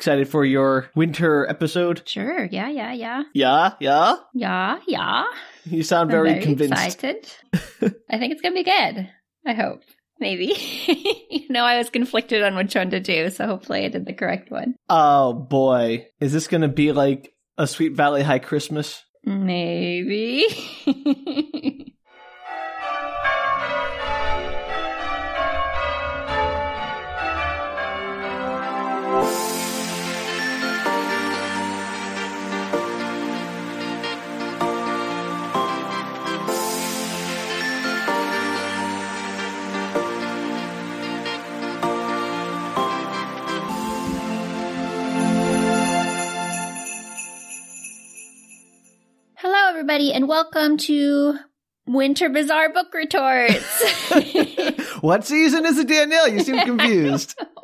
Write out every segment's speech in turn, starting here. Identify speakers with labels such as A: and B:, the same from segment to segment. A: Excited for your winter episode?
B: Sure. Yeah, yeah, yeah.
A: Yeah, yeah.
B: Yeah, yeah.
A: You sound
B: I'm
A: very, convinced.
B: excited. I think it's going to be good. I hope. Maybe. you know, I was conflicted on which one to do, so hopefully I did the correct one.
A: Oh boy, is this going to be like a Sweet Valley High Christmas?
B: Maybe. Hello, everybody, and welcome to Winter Bazaar Book Retorts.
A: what season is it, Danielle? You seem confused.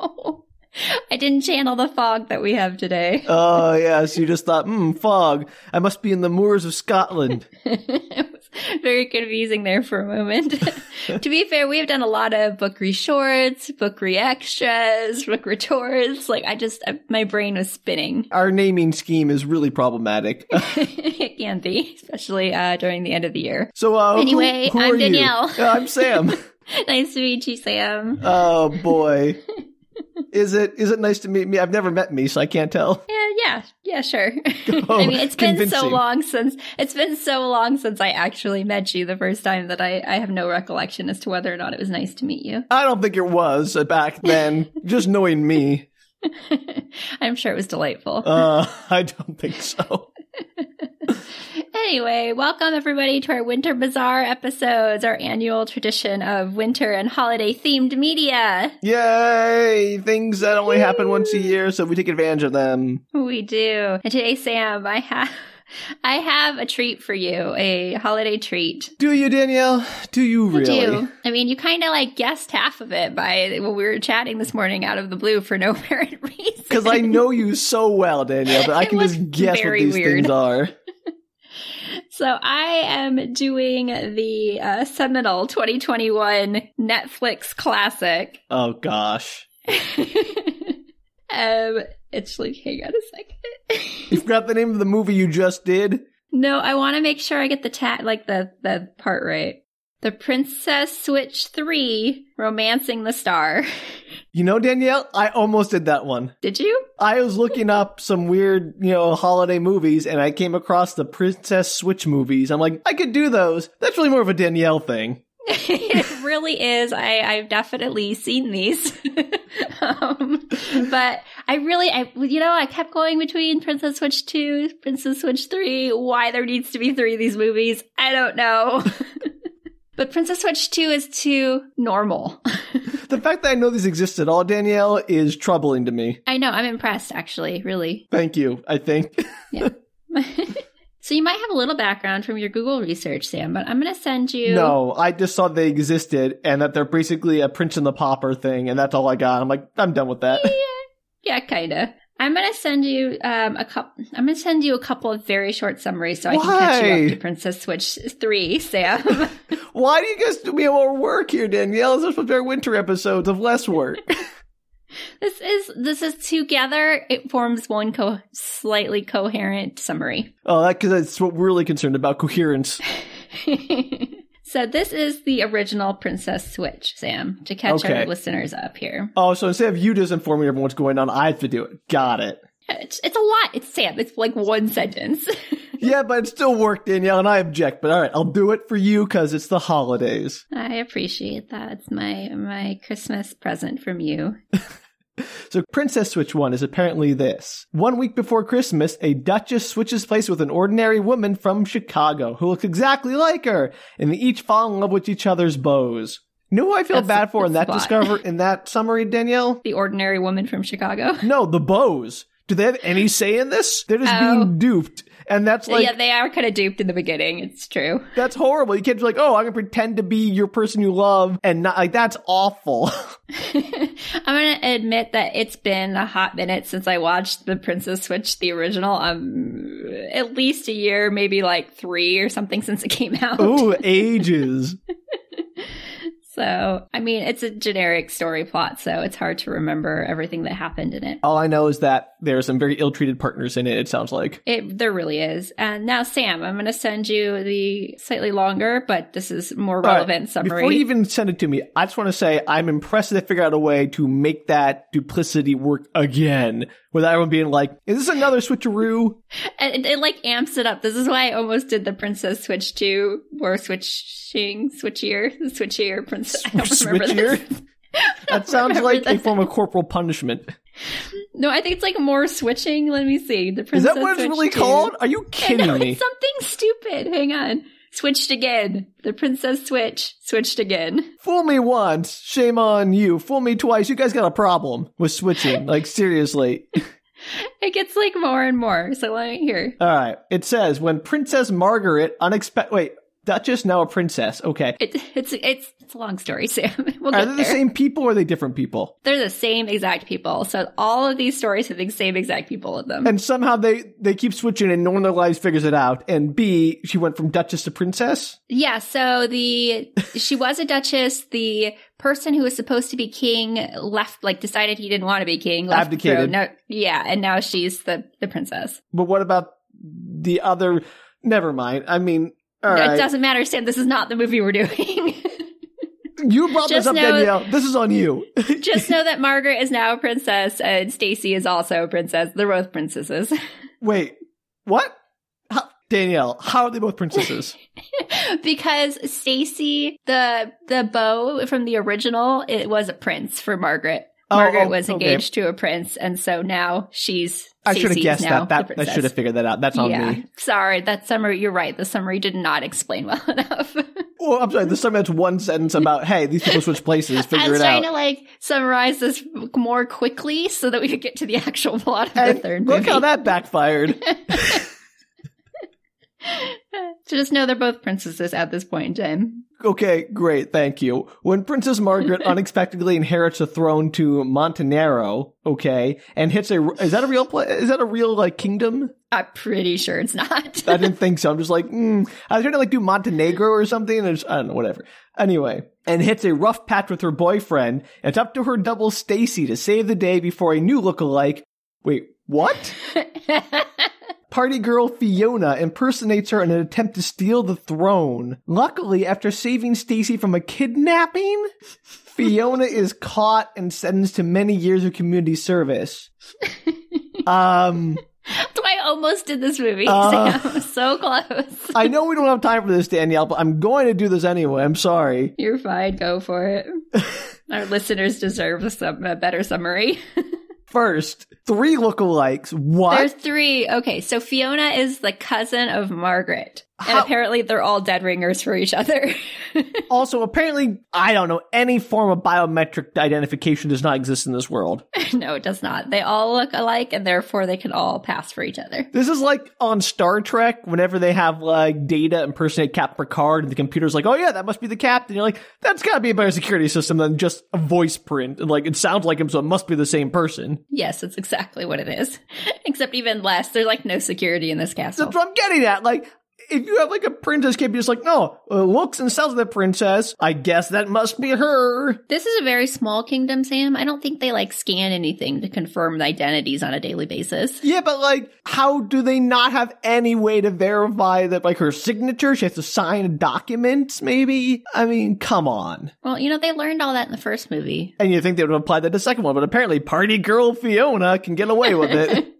B: I didn't channel the fog that we have today.
A: oh yes, you just thought, hmm, fog. I must be in the moors of Scotland.
B: it was very confusing there for a moment. to be fair, we have done a lot of book re shorts, book re extras, book retorts. Like, I just, I, my brain was spinning.
A: Our naming scheme is really problematic.
B: it can be, especially uh, during the end of the year.
A: So uh, who-
B: Anyway,
A: who
B: I'm
A: are you?
B: Danielle.
A: Uh, I'm Sam.
B: Nice to meet you, Sam.
A: oh boy, is it is it nice to meet me? I've never met me, so I can't tell.
B: Yeah, yeah, yeah, sure. I mean, it's been so
A: Oh, convincing.
B: long since it's been so long since I actually met you the first time that I, I have no recollection as to whether or not it was nice to meet you.
A: I don't think it was uh, back then. just knowing me,
B: I'm sure it was delightful.
A: uh, I don't think so.
B: anyway, welcome everybody to our Winter Bazaar episodes, our annual tradition of winter and holiday themed media.
A: Yay! Things that only happen once a year, so we take advantage of them.
B: We do. And today, Sam, I have I have a treat for you, a holiday treat.
A: Do you, Danielle? Do you really?
B: I do. I mean, you kind of like guessed half of it by when we were chatting this morning out of the blue for no apparent reason.
A: Because I know you so well, Danielle, that I
B: It
A: can
B: was
A: just guess what
B: very
A: these
B: weird.
A: things are.
B: So I am doing the uh, seminal 2021 Netflix classic.
A: Oh gosh,
B: um, it's like, hang on a
A: you
B: second.
A: forgot the name of the movie you just did.
B: no, I want to make sure I get the ta- like the the part right. The Princess Switch 3, Romancing the Star.
A: You know, Danielle, I almost did that one.
B: Did you?
A: I was looking up some weird, you know, holiday movies and I came across the Princess Switch movies. I'm like, I could do those. That's really more of a Danielle thing.
B: it really is. I, I've definitely seen these. um, but I really, I you know, I kept going between Princess Switch 2, Princess Switch 3. Why there needs to be three of these movies, I don't know. but Princess Switch 2 is too normal.
A: The fact that I know these exist at all, Danielle, is troubling to me.
B: I know, I'm impressed actually, really.
A: Thank you, I think.
B: so you might have a little background from your Google research, Sam, but I'm going to send you.
A: No, I just saw they existed and that they're basically a Prince and the Popper thing and that's all I got. I'm like, I'm done with that.
B: Yeah, kind of. I'm gonna send you um, a couple. I'm gonna send you a couple of very short summaries so I can catch you
A: Why?
B: up to Princess Switch Three, Sam.
A: Why do you guys do me more work here, Danielle? This was their winter episodes of less work.
B: this is this is together. It forms one co- slightly coherent summary.
A: oh, that because that's what we're really concerned about, coherence.
B: so this is the original Princess Switch, Sam, to catch
A: Okay.
B: our listeners up here.
A: Oh, so instead of you just informing everyone what's going on, I have to do it. Got it.
B: It's, it's a lot. It's Sam. It's like one sentence.
A: Yeah, but it still worked, Danielle, and I object. But all right, I'll do it for you because it's the holidays.
B: I appreciate that. It's my my Christmas present from you.
A: So, Princess Switch 1 is apparently this. One week before Christmas, a Duchess switches place with an ordinary woman from Chicago who looks exactly like her, and they each fall in love with each other's bows. You know who I feel
B: That's-
A: bad for in
B: that's
A: that
B: a lot.
A: discover in that summary, Danielle?
B: The ordinary woman from Chicago.
A: No, the bows. Do they have any say in this? They're just
B: Oh.
A: being duped. And that's like
B: yeah, they are kind of duped in the beginning. It's true.
A: That's horrible. You can't be like, oh, I'm gonna pretend to be your person you love, and not like that's awful.
B: I'm gonna admit that it's been a hot minute since I watched The Princess Switch, the original. Um, at least a year, maybe like three or something since it came out.
A: Ooh, ages.
B: So, I mean, it's a generic story plot, so it's hard to remember everything that happened in it.
A: All I know is that there are some very ill-treated partners in it. It sounds like
B: It there really is. And now, Sam, I'm going to send you the slightly longer, but this is more
A: All right,
B: relevant summary.
A: Before you even send it to me, I just want to say I'm impressed that they figured out a way to make that duplicity work again without everyone being like, "Is this another switcheroo?"
B: And it, it like amps it up. This is why I almost did the Princess Switch 2 or switching, switchier, the switchier princess. I don't remember this.
A: Switchier. That sounds
B: remember
A: like a
B: this.
A: form of corporal punishment.
B: No, I think it's like more switching. Let me see. The
A: Is
B: Princess
A: that what it's
B: Switch
A: really
B: 2.
A: called? Are you
B: I know,
A: kidding me?
B: it's something stupid. Hang on. Switched again. The Princess Switch switched again.
A: Fool me once, shame on you. Fool me twice, you guys got a problem with switching. Like, seriously.
B: It gets like more and more. So let me hear.
A: All right. It says when Princess Margaret unexpected. Wait, Duchess now a princess. Okay.
B: It, it's it's it's a long story, Sam. We'll
A: Are
B: get
A: they the
B: there.
A: same people or are they different people?
B: They're the same exact people. So all of these stories have the same exact people in them.
A: And somehow they they keep switching, and no one in their lives figures it out. And B, she went from Duchess to princess.
B: Yeah, so the she was a duchess. The person who was supposed to be king left, like decided he didn't want to be king. Left the
A: Abdicated.
B: throne. No, yeah, and now she's the the princess.
A: But what about the other? Never mind. I mean, all
B: No, It
A: right.
B: doesn't matter, Sam. This is not the movie we're doing.
A: You brought this
B: just
A: up,
B: know-
A: Danielle. This is on you.
B: Just know that Margaret is now a princess, and Stacy is also a princess. They're both princesses.
A: Wait, what? How- Danielle, how are they both princesses?
B: because Stacy, the the beau from the original, it was a prince for Margaret.
A: Oh,
B: Margaret
A: oh,
B: was
A: okay.
B: engaged to a prince, and so now she's.
A: I should have
B: Stacey's
A: guessed that.
B: now the
A: That I
B: princess.
A: should have figured that out. That's on
B: yeah,
A: me.
B: sorry. That summary, you're right. The summary did not explain well enough.
A: Well, Oh, I'm sorry. This time that's one sentence about hey, these people switch places.
B: I
A: Figure
B: was
A: it
B: trying
A: out.
B: to like summarize this more quickly so that we could get to the actual plot of
A: And
B: the third
A: look
B: movie.
A: how that backfired.
B: so just know they're both princesses at this point in time.
A: okay, great, thank you. When Princess Margaret unexpectedly inherits the throne to Montenero, okay, and hits a is that a real pla- is that a real like kingdom?
B: I'm pretty sure it's not.
A: I didn't think so. I'm just like, mm. I was trying to like do Montenegro or something, and I, just, I don't know, whatever. Anyway, and hits a rough patch with her boyfriend. and It's up to her double Stacy to save the day before a new lookalike. Wait, what? Party girl Fiona impersonates her in an attempt to steal the throne. Luckily, after saving Stacy from a kidnapping, Fiona is caught and sentenced to many years of community service. Um,
B: That's why I almost did this movie,
A: Uh.
B: Sam. So close.
A: I know we don't have time for this, Danielle, but I'm going to do this anyway. I'm sorry.
B: You're fine. Go for it. Our listeners deserve a, sum- a better summary.
A: First, three lookalikes. What?
B: There's three. Okay, so Fiona is the cousin of Margaret, and
A: How-
B: apparently they're all dead ringers for each other.
A: also, apparently, I don't know, any form of biometric identification does not exist in this world.
B: no, it does not. They all look alike, and therefore they can all pass for each other.
A: This is like on Star Trek, whenever they have like data impersonate Captain Picard, and the computer's like, "Oh yeah, that must be the captain." You're like, "That's got to be a better security system than just a voice print." And like, it sounds like him, so it must be the same person.
B: Yes, that's exactly what it is. Except even less. There's like no security in this castle.
A: That's what I'm getting at. Like, if you have like a princess, can't be just like, "No, it looks and sounds like the princess." I guess that must be her.
B: This is a very small kingdom, Sam. I don't think they like scan anything to confirm the identities on a daily basis.
A: Yeah, but like, how do they not have any way to verify that like her signature? She has to sign documents, maybe. I mean, come on.
B: Well, you know, they learned all that in the first movie.
A: And you think they would have applied that to the second one, but apparently Party Girl Fiona can get away with it.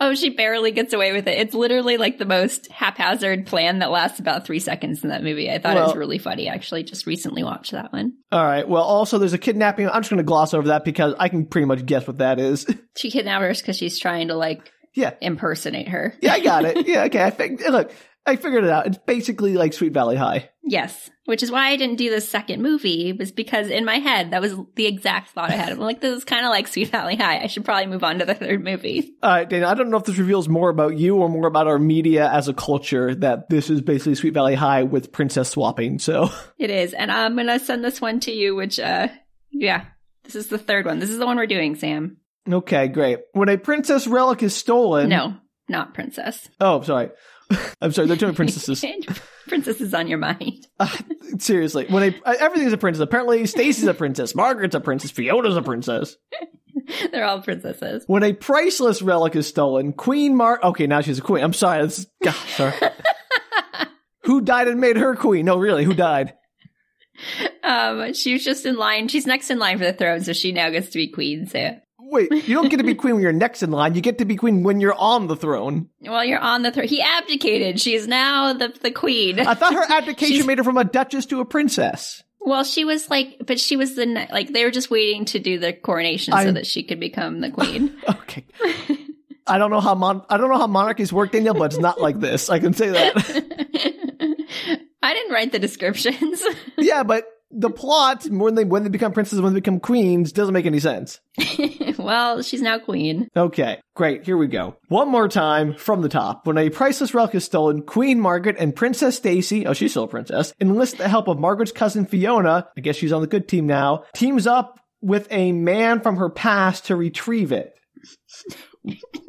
B: Oh, she barely gets away with it. It's literally like the most haphazard plan that lasts about three seconds in that movie. I thought it was
A: Well-
B: really funny. I Actually, just recently watched that one.
A: All right. Well, also there's a kidnapping. I'm just going to gloss over that because I can pretty much guess what that is.
B: She kidnapped her because she's trying to like
A: yeah.
B: impersonate her.
A: Yeah, I got it. Yeah, okay. I fig- look, I figured it out. It's basically like Sweet Valley High.
B: Yes, which is why I didn't do the second movie was because in my head that was the exact thought I had. I'm like, this is kind of like Sweet Valley High. I should probably move on to the third movie.
A: All right, Uh, Dana, I don't know if this reveals more about you or more about our media as a culture that this is basically Sweet Valley High with princess swapping. So,
B: It is. And I'm going to send this one to you, which, uh, yeah, this is the third one. This is the one we're doing, Sam.
A: okay, great. When a princess relic is stolen.
B: No, not princess.
A: Oh, sorry. I'm sorry. They're doing princesses.
B: princess is on your mind.
A: Uh, seriously, when I, I- everything's a princess. Apparently, Stacy's a princess, Margaret's a princess, Fiona's a princess.
B: They're all princesses.
A: When a priceless relic is stolen, Queen Mar. Okay, now she's a queen. I'm sorry. That's, God, sorry. who died and made her queen? No, really, who died?
B: Um, she was just in line. She's next in line for the throne, so she now gets to be queen. So,
A: Wait, you don't get to be queen when you're next in line. You get to be queen when you're on the throne.
B: well, you're on the throne. He abdicated. She's now the the queen.
A: I thought her abdication
B: She's-
A: made her from a duchess to a princess.
B: Well, she was like, but she was the ne- like they were just waiting to do the coronation
A: I-
B: so that she could become the queen.
A: Okay. I don't know how mon- I don't know how monarchies work, Danielle, but it's not like this. I can say that.
B: I didn't write the descriptions.
A: yeah, but the plot more than they, when they become princesses, when they become queens, doesn't make any sense.
B: well, she's now queen.
A: Okay, great. Here we go. One more time from the top. When a priceless relic is stolen, Queen Margaret and Princess Stacy, oh, she's still a princess, enlist the help of Margaret's cousin Fiona, I guess she's on the good team now, teams up with a man from her past to retrieve it.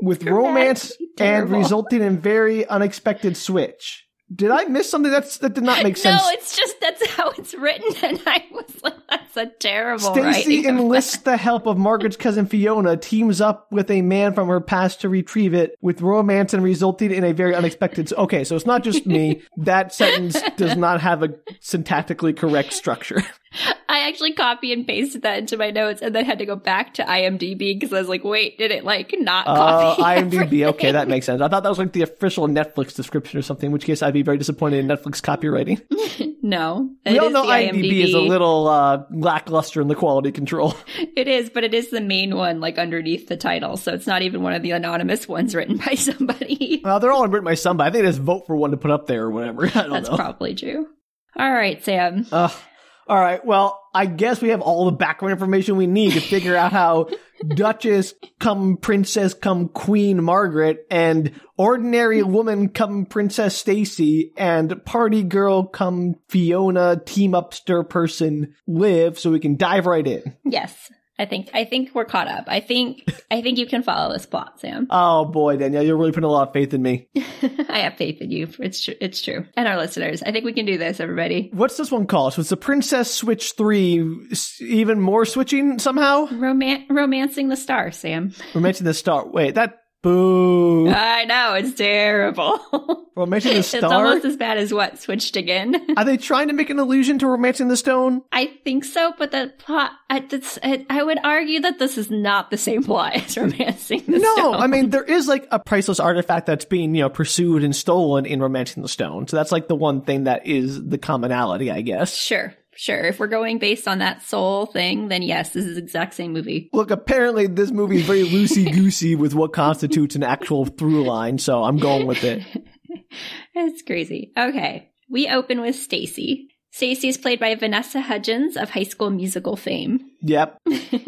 A: With romance and
B: Terrible.
A: resulting in very unexpected switch. Did I miss something that's that did not make sense?
B: No, it's just that's how it's written, and I was like, that's a terrible
A: Stacy
B: writing.
A: enlists the help of Margaret's cousin Fiona, teams up with a man from her past to retrieve it, with romance and resulting in a very unexpected. Okay, so it's not just me. That sentence does not have a syntactically correct structure.
B: I actually copy and pasted that into my notes, and then had to go back to IMDb because I was like, wait, did it like not
A: Uh,
B: copy?
A: IMDb. Okay,
B: everything?
A: that makes sense. I thought that was like the official Netflix description or something. In which case, I'd be very disappointed in Netflix copywriting.
B: no.
A: We
B: it
A: all
B: is
A: know
B: the
A: IMDb is a little uh, lackluster in the quality control.
B: It is, but it is the main one, like underneath the title. So it's not even one of the anonymous ones written by somebody.
A: Uh, they're all written by somebody. I think they just vote for one to put up there or whatever. I don't
B: That's
A: know.
B: probably true. All right, Sam.
A: Ugh. all right. Well, I guess we have all the background information we need to figure out how Duchess come Princess come Queen Margaret and ordinary woman come Princess Stacy and party girl come Fiona team upster person live so we can dive right in.
B: Yes. I think I think we're caught up. I think I think you can follow this plot, Sam.
A: Oh boy, Danielle, you're really putting a lot of faith in me.
B: I have faith in you. It's true. It's true. And our listeners. I think we can do this, everybody.
A: What's this one called? So it's the Princess Switch 3 s- even more switching somehow?
B: Roman- romancing the star, Sam.
A: We're mentioning the star. Wait, that boo.
B: I know it's terrible.
A: We're mentioning the
B: it's
A: star.
B: almost as bad as what switched again.
A: Are they trying to make an allusion to romancing the stone?
B: I think so, but the plot. I, that's, I, I would argue that this is not the same plot as romancing the
A: no,
B: stone.
A: I mean there is like a priceless artifact that's being you know pursued and stolen in romancing the stone. So that's like the one thing that is the commonality, I guess.
B: Sure, sure. If we're going based on that soul thing, then yes, this is the exact same movie.
A: Look, apparently this movie is very loosey goosey with what constitutes an actual through line, so I'm going with it.
B: It's crazy. Okay, we open with Stacy. Stacy is played by Vanessa Hudgens of High School Musical fame.
A: Yep.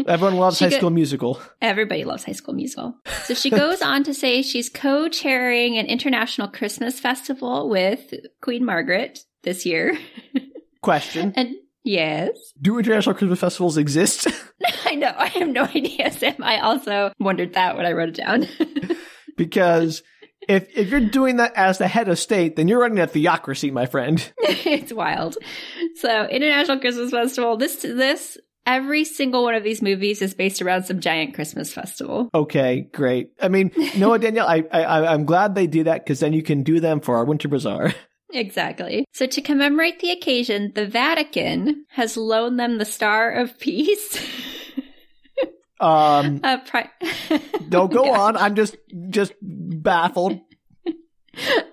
A: Everyone loves
B: She
A: High
B: go-
A: School Musical.
B: Everybody loves High School Musical. So she goes on to say she's co chairing an international Christmas festival with Queen Margaret this year.
A: Question:
B: And yes.
A: Do international Christmas festivals exist?
B: I know. I have no idea, Sam. I also wondered that when I wrote it down.
A: because if if you're doing that as the head of state, then you're running a theocracy, my friend.
B: it's wild. So, International Christmas Festival. This, this, every single one of these movies is based around some giant Christmas festival.
A: Okay, great. I mean, Noah Danielle, I, I I- I'm glad they do that because then you can do them for our winter bazaar.
B: Exactly. So, to commemorate the occasion, the Vatican has loaned them the Star of Peace.
A: Um,
B: A pri-
A: don't go on. I'm just just baffled.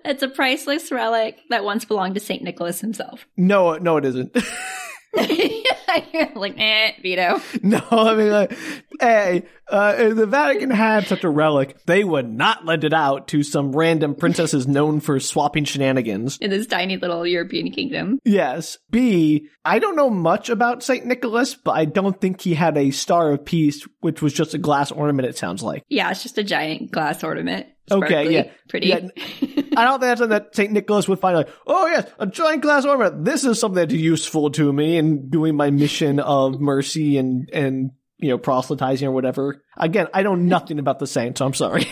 B: It's a priceless relic that once belonged to St. Nicholas himself.
A: No, no, it isn't.
B: You're like, eh, veto.
A: no, I mean, like, hey, uh, if the Vatican had such a relic, they would not lend it out to some random princesses known for swapping shenanigans.
B: In this tiny little European kingdom.
A: Yes. B, I don't know much about St. Nicholas, but I don't think he had a star of peace, which was just a glass ornament, it sounds like.
B: Yeah, it's just a giant glass ornament.
A: Okay,
B: Sparkly,
A: yeah.
B: Pretty.
A: Yeah. I don't think that's something that St. Nicholas would find like, oh yes, a giant glass ornament. This is something that's useful to me in doing my mission of mercy and, and, you know, proselytizing or whatever. Again, I know nothing about the saint, so I'm sorry.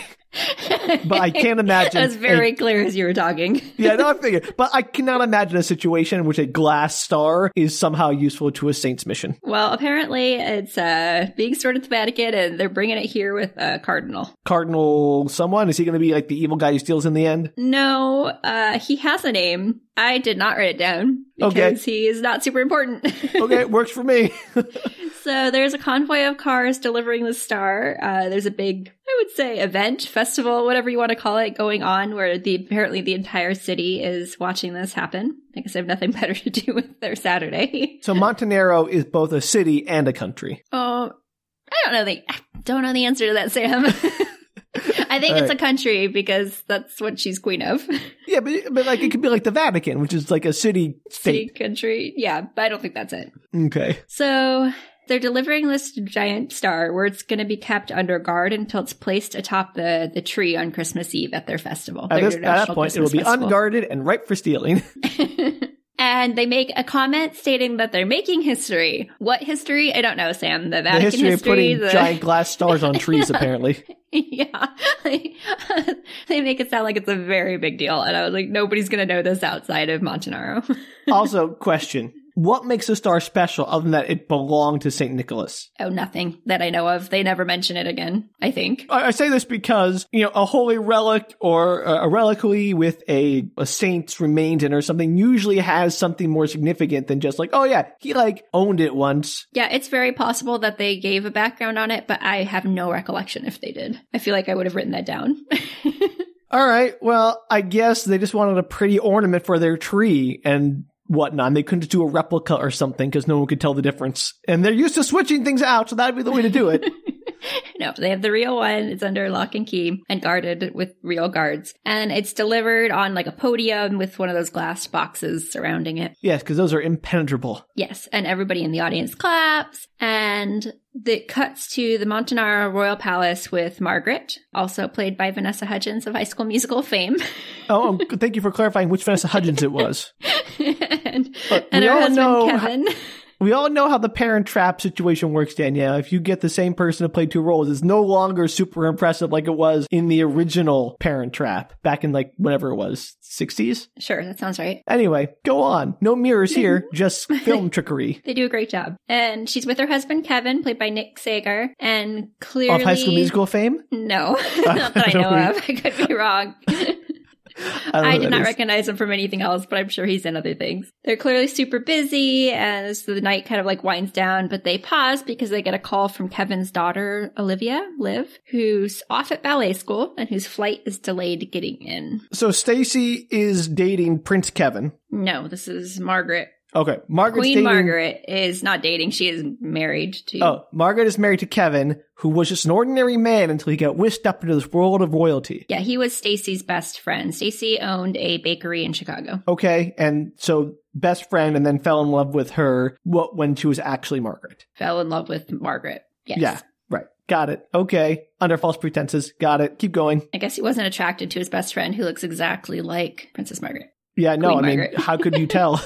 A: but I can't imagine.
B: It was very clear as you were talking.
A: yeah, no, I figured. But I cannot imagine a situation in which a glass star is somehow useful to a saint's mission.
B: Well, apparently it's uh, being stored at the Vatican, and they're bringing it here with a cardinal.
A: Cardinal someone? Is he going to be like the evil guy who steals in the end?
B: No, uh, he has a name. I did not write it down because
A: Okay.
B: he is not super important.
A: Okay, it works for me.
B: So there's a convoy of cars delivering the star. Uh, there's a big, I would say, event, festival, whatever you want to call it, going on where the apparently the entire city is watching this happen. I guess they have nothing better to do with their Saturday.
A: so Montenegro is both a city and a country.
B: Oh, I don't know the I don't know the answer to that, Sam. I think
A: All
B: it's
A: right.
B: a country because that's what she's queen of.
A: Yeah, but, but like it could be like the Vatican, which is like a city
B: City
A: state.
B: country, yeah, but I don't think that's it.
A: Okay.
B: So they're delivering this giant star where it's going to be kept under guard until it's placed atop the, the tree on Christmas Eve at their festival.
A: At,
B: their
A: this, at that
B: international
A: point, it will be
B: Christmas festival.
A: unguarded and ripe for stealing.
B: and they make a comment stating that they're making history. What history? I don't know, Sam. The
A: the
B: Vatican
A: history of putting
B: the-
A: giant glass stars on trees, apparently.
B: yeah. they make it sound like it's a very big deal. And I was like, nobody's going to know this outside of Montanaro.
A: also, question. What makes a star special other than that it belonged to St. Nicholas?
B: oh, nothing that I know of. They never mention it again, I think.
A: I I say this because, you know, a holy relic or a a reliquary with a, a saint's remains in or something usually has something more significant than just like, oh yeah, he like owned it once.
B: Yeah, it's very possible that they gave a background on it, but I have no recollection if they did. I feel like I would have written that down.
A: All right. Well, I guess they just wanted a pretty ornament for their tree and whatnot. And they couldn't do a replica or something because no one could tell the difference. And they're used to switching things out, so that'd be the way to do it.
B: no, they have the real one. It's under lock and key and guarded with real guards. And it's delivered on like a podium with one of those glass boxes surrounding it.
A: yes, because those are impenetrable.
B: Yes, and everybody in the audience claps. And it cuts to the Montanaro Royal Palace with Margaret, also played by Vanessa Hudgens of High School Musical fame.
A: Oh, um, thank you for clarifying which Vanessa Hudgens it was.
B: and
A: But
B: and
A: we
B: her
A: all
B: husband,
A: know-
B: Kevin.
A: We all know how the parent trap situation works, Danielle. If you get the same person to play two roles, it's no longer super impressive like it was in the original parent trap back in like whenever it was, 60s?
B: Sure, that sounds right.
A: Anyway, go on. No mirrors here, just film trickery.
B: They do a great job. And she's with her husband Kevin, played by Nick Sager, and clearly
A: Off High School Musical fame?
B: No, not that I know
A: I don't-
B: of. I could be wrong.
A: I, don't know
B: I
A: who
B: did
A: that
B: not
A: is.
B: recognize him from anything else, but I'm sure he's in other things. They're clearly super busy, and so the night kind of like winds down. But they pause because they get a call from Kevin's daughter Olivia, Liv, who's off at ballet school and whose flight is delayed getting in.
A: So Stacy is dating Prince Kevin.
B: No, this is Margaret.
A: Okay, Margaret's
B: Queen
A: dating-
B: Margaret is not dating; she is married to.
A: Oh, Margaret is married to Kevin, who was just an ordinary man until he got whisked up into this world of royalty.
B: Yeah, he was Stacy's best friend. Stacy owned a bakery in Chicago.
A: Okay, and so best friend, and then fell in love with her what when she was actually Margaret.
B: Fell in love with Margaret. Yes.
A: Yeah, right. Got it. Okay, under false pretenses. Got it. Keep going.
B: I guess he wasn't attracted to his best friend who looks exactly like Princess Margaret.
A: Yeah, no,
B: Queen
A: I mean,
B: Margaret.
A: how could you tell?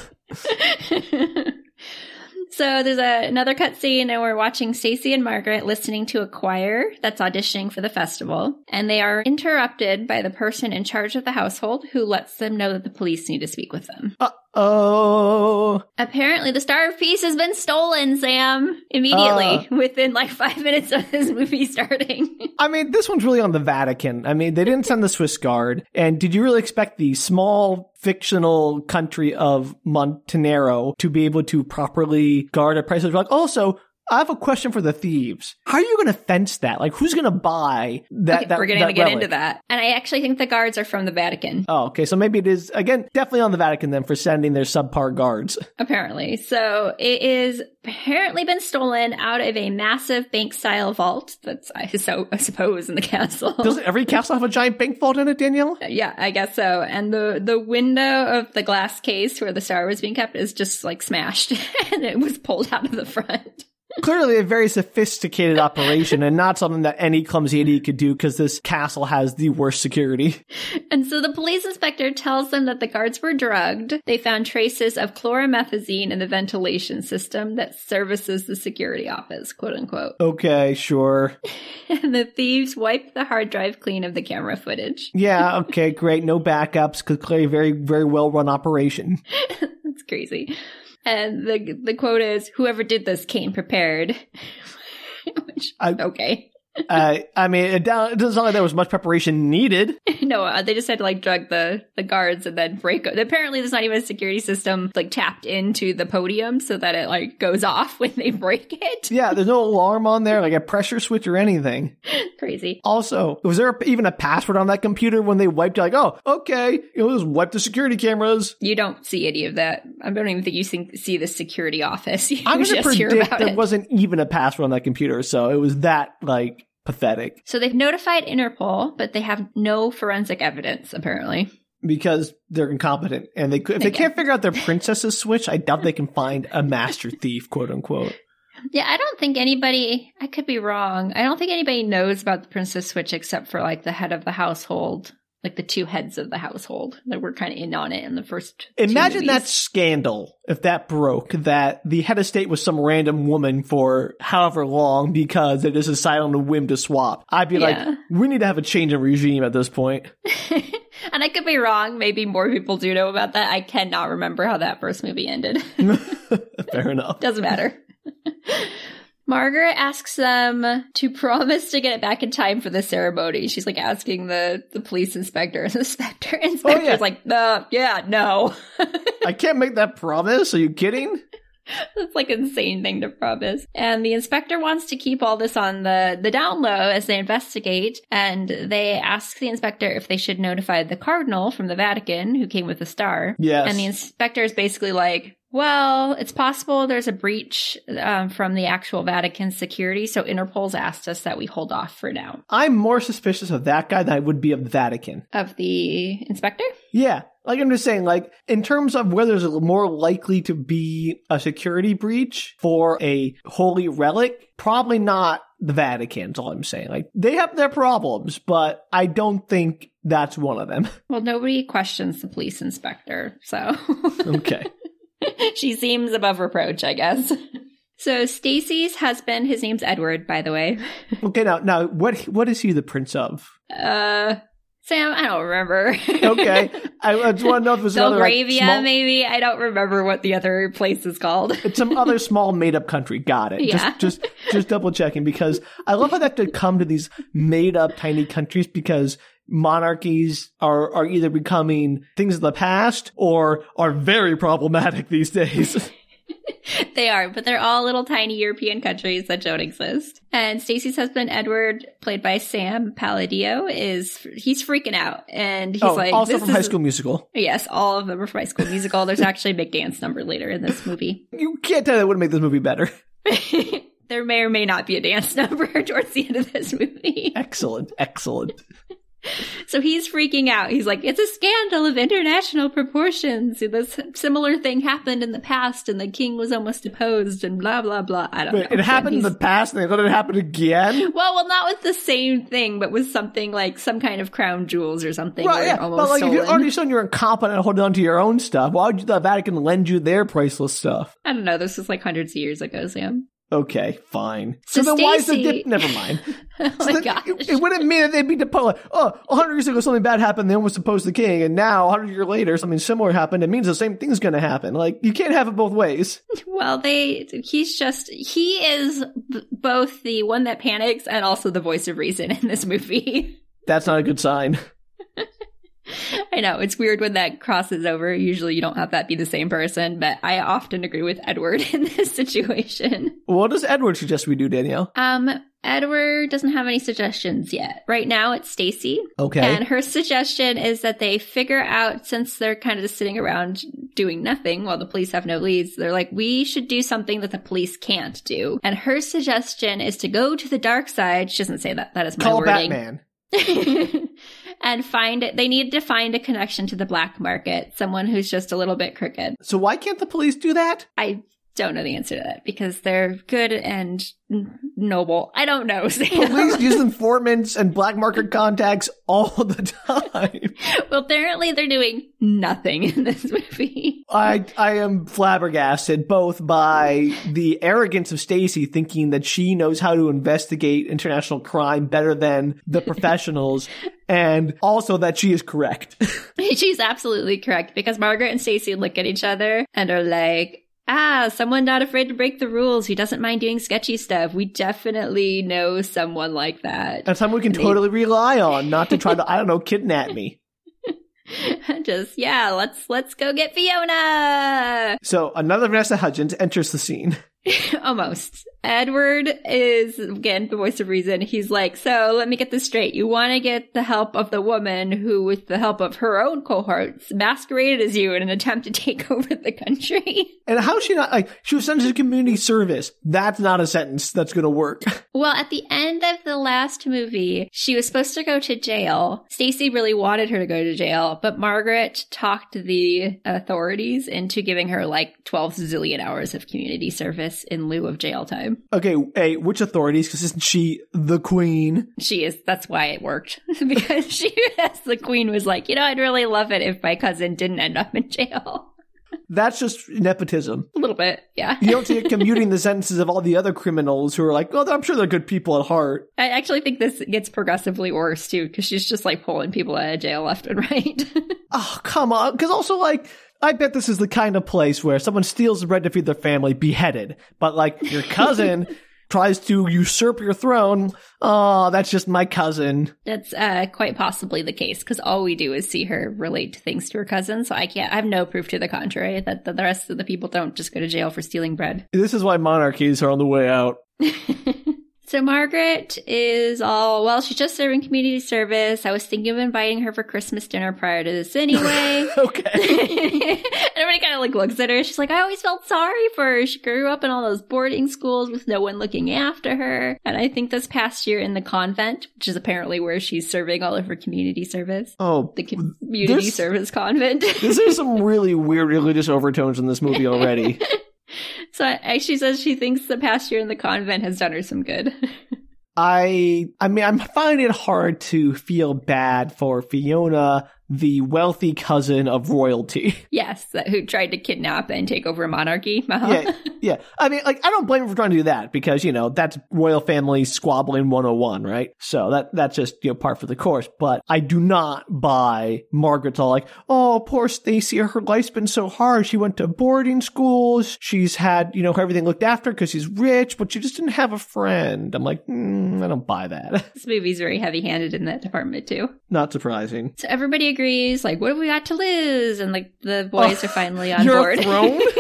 B: so there's a, another cutscene and we're watching Stacy and Margaret listening to a choir that's auditioning for the festival and they are interrupted by the person in charge of the household who lets them know that the police need to speak with them.
A: uh oh.
B: Apparently, the Star of Peace has been stolen, Sam, immediately
A: Ah.
B: within like five minutes of this movie starting.
A: I mean, this one's really on the Vatican. I mean, they didn't send the Swiss Guard. And did you really expect the small fictional country of Montenegro to be able to properly guard a priceless relic? Also, I have a question for the thieves. How are you going to fence that? Like, who's going to buy that?
B: Okay,
A: that
B: we're going
A: that
B: to get
A: relic?
B: into that. And I actually think the guards are from the Vatican,
A: Oh, okay. So maybe it is again definitely on the Vatican then for sending their subpar guards.
B: apparently. So it is apparently been stolen out of a massive bank style vault that's, I, so, I suppose, in the castle.
A: Doesn't every castle have a giant bank vault in it, Danielle?
B: yeah, I guess so. And the the window of the glass case where the star was being kept is just like smashed, and it was pulled out of the front.
A: Clearly, a very sophisticated operation and not something that any clumsy idiot could do because this castle has the worst security.
B: And so the police inspector tells them that the guards were drugged. They found traces of chloromethazine in the ventilation system that services the security office, quote unquote.
A: Okay, sure.
B: And the thieves wiped the hard drive clean of the camera footage.
A: Yeah, okay, great. No backups because clearly, a very, very well run operation.
B: That's crazy. And the the quote is, "Whoever did this came prepared." Which,
A: I-
B: okay.
A: Uh, I mean, it, down, it doesn't sound like there was much preparation needed.
B: No, uh, they just had to like drug the the guards and then break. Apparently, there's not even a security system like tapped into the podium so that it like goes off when they break it.
A: Yeah, there's no alarm on there, like a pressure switch or anything.
B: Crazy.
A: Also, was there even a password on that computer when they wiped? Like, oh, okay, you know, just wipe the security cameras.
B: You don't see any of that. I don't even think you see, see the security office. You
A: I'm gonna
B: just hear
A: predict
B: about
A: there
B: it.
A: wasn't even a password on that computer, so it was that like pathetic
B: so they've notified Interpol, but they have no forensic evidence apparently.
A: because they're incompetent and they could, if they
B: Okay.
A: can't figure out their princess's switch, I doubt they can find a master thief, quote unquote.
B: Yeah, I don't think anybody, I could be wrong. I don't think anybody knows about the Princess Switch except for like the head of the household, like the two heads of the household that were kind of in on it in the first. two
A: Imagine that
B: movies.
A: scandal if that broke that the head of state was some random woman for however long because they just decided on a whim to swap. I'd be
B: Yeah.
A: like, we need to have a change of regime at this point.
B: and I could be wrong. Maybe more people do know about that. I cannot remember how that first movie ended.
A: Fair enough.
B: Doesn't matter. Margaret asks them to promise to get it back in time for the ceremony. She's like asking the, the police inspector. The inspector, inspector's like, uh, yeah, no.
A: I can't make that promise. Are you kidding?
B: That's like an insane thing to promise. And the inspector wants to keep all this on the, the down low as they investigate. And they ask the inspector if they should notify the cardinal from the Vatican, who came with a star.
A: Yes.
B: And the inspector is basically like, well, it's possible there's a breach um, from the actual Vatican security. So Interpol's asked us that we hold off for now.
A: I'm more suspicious of that guy than I would be of the Vatican.
B: Of the inspector?
A: Yeah. Like I'm just saying, like, in terms of whether there's more likely to be a security breach for a holy relic, probably not the Vatican's all I'm saying. Like they have their problems, but I don't think that's one of them.
B: Well, nobody questions the police inspector. So.
A: okay.
B: she seems above reproach, I guess. So Stacy's husband, his name's Edward, by the way.
A: Okay now now what what is he the prince of?
B: Uh Sam, I don't remember.
A: Okay. I, I just want to know if there's another like,
B: Belgravia,
A: small,
B: maybe. I don't remember what the other place is called.
A: It's some other small made up country. Got it.
B: Yeah.
A: Just just just double checking because I love how that could come to these made up tiny countries because monarchies are are either becoming things of the past or are very problematic these days.
B: they are, but they're all little tiny European countries that don't exist. And Stacy's husband, Edward, played by Sam Palladio, is he's freaking out, and he's
A: oh,
B: like,
A: also
B: this
A: from High
B: is-
A: School Musical. Oh,
B: Um, don't know the answer to that because they're good and n- noble. I don't know. Sam.
A: Police use informants and black market contacts all the time.
B: well, apparently they're doing nothing in this movie.
A: I I am flabbergasted both by the arrogance of Stacy thinking that she knows how to investigate international crime better than the professionals and also that she is correct.
B: She's absolutely correct because Margaret and Stacy look at each other and are like, ah, someone not afraid to break the rules who doesn't mind doing sketchy stuff. We definitely know someone like that.
A: And someone we can
B: They-
A: totally rely on not to try to I don't know kidnap me.
B: Just yeah, let's let's go get Fiona.
A: So another Vanessa Hudgens enters the scene.
B: Almost. Edward is again the voice of reason. He's like, so let me get this straight. You want to get the help of the woman who, with the help of her own cohorts, masqueraded as you in an attempt to take over the country.
A: And how is she not like she was sent to community service. That's not a sentence that's gonna work.
B: Well, at the end of the last movie, she was supposed to go to jail. Stacy really wanted her to go to jail, but Margaret talked the authorities into giving her like 12 zillion hours of community service in lieu of jail time.
A: Okay, hey, which authorities? Because isn't she the queen?
B: She is, that's why it worked. because she, as the queen, was like, you know, I'd really love it if my cousin didn't end up in jail.
A: That's just nepotism.
B: A little bit, yeah.
A: You don't see it commuting the sentences of all the other criminals who are like, well, I'm sure they're good people at heart.
B: I actually think this gets progressively worse too, because she's just like pulling people out of jail left and right.
A: Oh, come on. Because also, like, I bet this is the kind of place where someone steals the bread to feed their family, beheaded. But, like, your cousin tries to usurp your throne. Oh, that's just my cousin.
B: That's uh, quite possibly the case because all we do is see her relate things to her cousin. So I can't, I have no proof to the contrary that the, the rest of the people don't just go to jail for stealing bread.
A: This is why monarchies are on the way out.
B: So Margaret is all, well, she's just serving community service. I was thinking of inviting her for Christmas dinner prior to this anyway.
A: Okay.
B: Everybody kind of like looks at her. She's like, I always felt sorry for her. She grew up in all those boarding schools with no one looking after her. And I think this past year in the convent, which is apparently where she's serving all of her community service,
A: Oh,
B: the community
A: There's-
B: service convent.
A: this is some really weird religious overtones in this movie already.
B: so I, she says she thinks the past year in the convent has done her some good.
A: I I mean I'm finding it hard to feel bad for Fiona, the wealthy cousin of royalty.
B: yes, that, who tried to kidnap and take over monarchy. Uh-huh.
A: yeah. Yeah. I mean like I don't blame her for trying to do that because you know that's royal family squabbling 101, right? So that that's just you know part for the course, but I do not buy Margaret's all like, "Oh, poor Stacy, her life's been so hard. She went to boarding schools. She's had, you know, everything looked after cuz she's rich, but she just didn't have a friend." I'm like, mm, I don't buy that.
B: This movie's very heavy-handed in that department too.
A: not surprising.
B: So everybody agrees, like, what have we got to lose? And like the boys
A: Oh,
B: are finally on
A: your
B: board.
A: throne?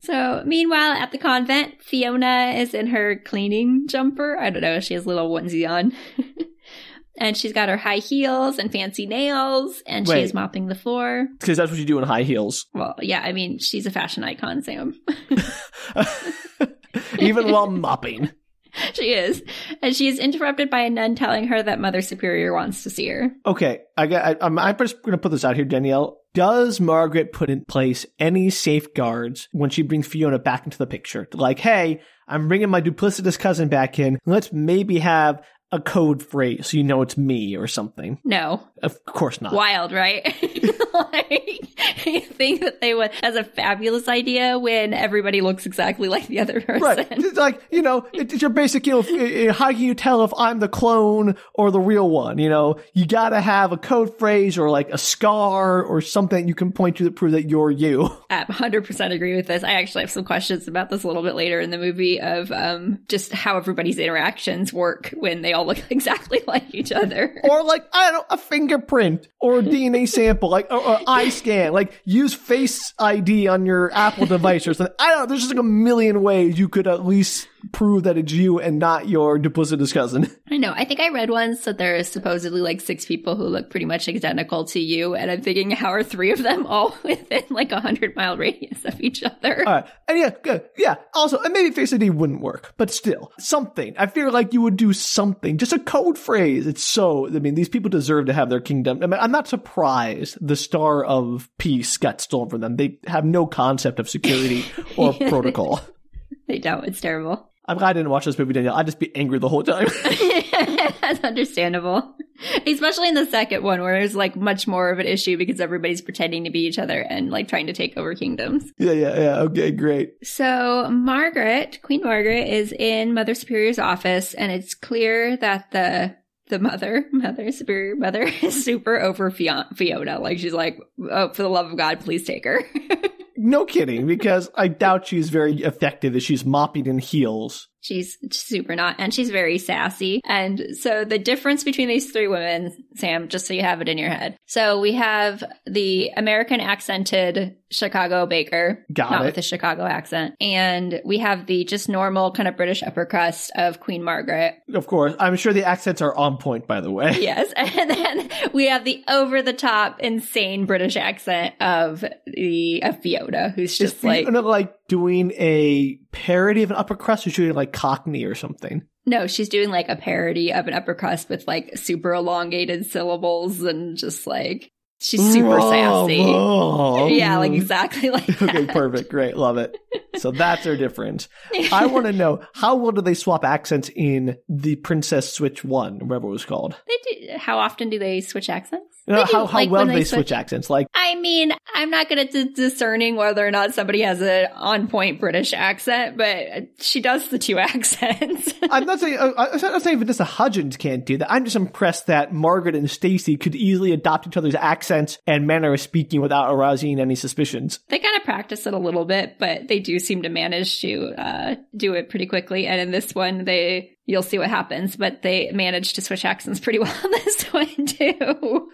B: so meanwhile, at the convent, Fiona is in her cleaning jumper. I don't know, she has a little onesie on. and she's got her high heels and fancy nails, and
A: Wait.
B: she's mopping the floor.
A: because that's what you do in high heels.
B: Well, yeah, I mean, she's a fashion icon, Sam.
A: Even while mopping.
B: she is. And she is interrupted by a nun telling her that Mother Superior wants to see her.
A: Okay, I got, I, I'm, I'm just going to put this out here, Danielle. Does Margaret put in place any safeguards when she brings Fiona back into the picture? Like, hey, I'm bringing my duplicitous cousin back in. Let's maybe have a code phrase so you know it's me or something.
B: No,
A: Of course not.
B: Wild, right? like, you think that they would as a fabulous idea when everybody looks exactly like the other person.
A: Right, it's like you know, it- it's your basic. You know, f- uh, how can you tell if I'm the clone or the real one? You know, you gotta have a code phrase or like a scar or something you can point to that prove that you're you.
B: I 100% agree with this. I actually have some questions about this a little bit later in the movie of um, just how everybody's interactions work when they all look exactly like each other.
A: Or like I don't a fingerprint or a DNA sample, like or, or eye scan, like use Face ID on your Apple device or something. I don't know. There's just like a million ways you could at least prove that it's you and not your duplicitous cousin.
B: I know. I think I read once that there are supposedly like six people who look pretty much identical to you, and I'm thinking, how are three of them all within like a hundred mile radius of each other?
A: All right. And yeah, good. Yeah. Also, and maybe Face ID wouldn't work, but still, something. I feel like you would do something. Just a code phrase. It's so, I mean, these people deserve to have their kingdom. I mean, I'm not surprised the Star of Peace got stolen from them. They have no concept of security or protocol.
B: they don't. It's terrible.
A: I'm glad I didn't watch this movie, Danielle. I'd just be angry the whole time.
B: That's understandable. Especially in the second one where there's like much more of an issue because everybody's pretending to be each other and like trying to take over kingdoms.
A: yeah, yeah, yeah. Okay, great.
B: So Margaret, Queen Margaret is in Mother Superior's office and it's clear that the the mother, Mother Superior, Mother is super over Fion- Fiona. Like she's like, "Oh, for the love of God, please take her."
A: No kidding, because I doubt she's very effective as she's mopping in heels.
B: She's super not, and she's very sassy. And so the difference between these three women, Sam, just so you have it in your head. So we have the American accented Chicago baker,
A: Got
B: not
A: it.
B: with a Chicago accent, and we have the just normal kind of British upper crust of Queen Margaret.
A: Of course, I'm sure the accents are on point, by the way.
B: Yes, and then we have the over the top, insane British accent of the of Fiona, who's
A: Is
B: just like
A: Fiona, like doing a parody of an upper crust or shooting like Cockney or something?
B: No, she's doing like a parody of an upper crust with like super elongated syllables and just like she's super sassy.
A: Whoa.
B: Yeah, like exactly like that.
A: Okay, perfect. Great. Love it. So that's her difference. I want to know how well do they swap accents in the Princess Switch 1, whatever it was called?
B: they do, how often do they switch accents?
A: No,
B: do,
A: how how
B: like,
A: well
B: when
A: do
B: they
A: they switch accents? Like,
B: I mean, I'm not good at d- discerning whether or not somebody has an on point British accent, but she does the two accents.
A: I'm not saying uh, I'm not saying Vanessa Hudgens can't do that. I'm just impressed that Margaret and Stacy could easily adopt each other's accents and manner of speaking without arousing any suspicions.
B: they kind of practice it a little bit, but they do seem to manage to uh, do it pretty quickly. And in this one, they you'll see what happens, but they manage to switch accents pretty well in this one too.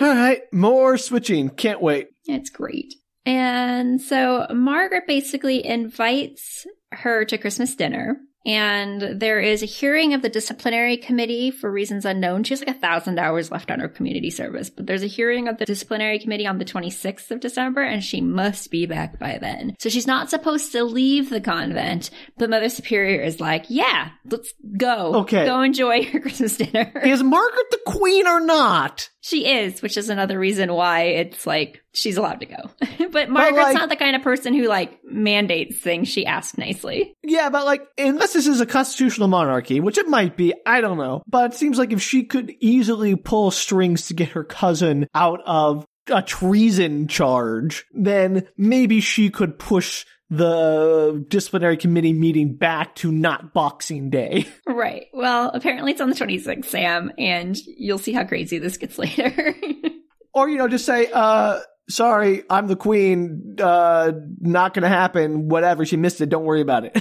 A: All right, more switching. Can't wait.
B: It's great. And so Margaret basically invites her to Christmas dinner. And there is a hearing of the disciplinary committee for reasons unknown. She has like a thousand hours left on her community service, but there's a hearing of the disciplinary committee on the 26th of December, and she must be back by then. So she's not supposed to leave the convent, but Mother Superior is like, yeah, let's go.
A: Okay.
B: Go enjoy your Christmas dinner.
A: Is Margaret the queen or not?
B: She is, which is another reason why it's like she's allowed to go. but Margaret's
A: like-
B: not the kind of person who like mandates things. She asks nicely.
A: Yeah, but like, unless this is a constitutional monarchy, which it might be, I don't know. But it seems like if she could easily pull strings to get her cousin out of a treason charge, then maybe she could push the disciplinary committee meeting back to not Boxing Day.
B: Right. Well, apparently it's on the 26th, Sam, and you'll see how crazy this gets later.
A: or, you know, just say, uh, sorry, I'm the queen, uh, not gonna happen, whatever, she missed it, don't worry about it.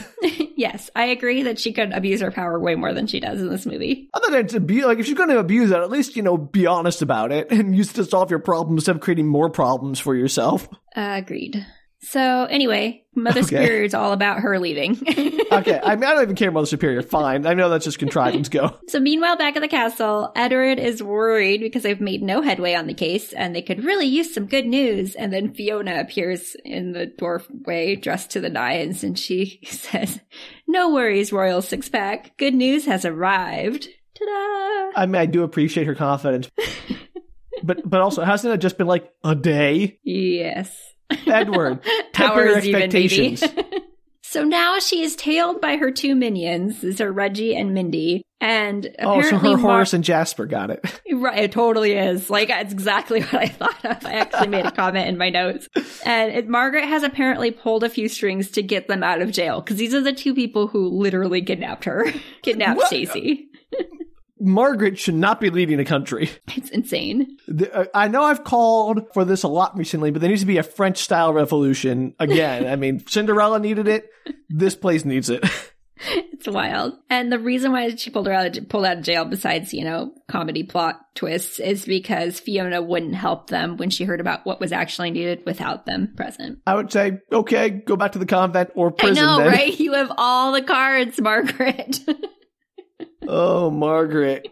B: yes, I agree that she could abuse her power way more than she does in this movie.
A: Other than to be like, if you're going to abuse it, at least you know be honest about it and use it to solve your problems instead of creating more problems for yourself.
B: agreed. So anyway, Mother
A: Okay.
B: Superior is all about her leaving.
A: Okay, I mean, I don't even care about the superior. Fine, I know that's just contrivance. Go.
B: So meanwhile, back at the castle, Edward is worried because they've made no headway on the case and they could really use some good news. And then Fiona appears in the doorway dressed to the nines and she says, no worries, Royal Six Pack. Good news has arrived. Ta-da!
A: I mean, I do appreciate her confidence, but but also hasn't it just been like a day,
B: Yes.
A: Edward? Temper your
B: Hours even, maybe.
A: expectations.
B: So now she is tailed by her two minions. These are Reggie and Mindy. And
A: oh,
B: apparently
A: so her
B: Mar-
A: Horace and Jasper got it.
B: Right, it totally is. Like that's exactly what I thought of. I actually made a comment in my notes. And it, Margaret has apparently pulled a few strings to get them out of jail because these are the two people who literally kidnapped her, kidnapped
A: What?
B: Stacy.
A: Margaret should not be leading the country.
B: It's insane.
A: The- uh, I know I've called for this a lot recently, but there needs to be a French style revolution again. I mean, Cinderella needed it. This place needs it.
B: It's wild. And the reason why she pulled her out pulled out of jail, besides, you know, comedy plot twists, is because Fiona wouldn't help them when she heard about what was actually needed without them present.
A: I would say, okay, go back to the convent or prison.
B: I know,
A: then.
B: right? You have all the cards, Margaret.
A: Oh, Margaret.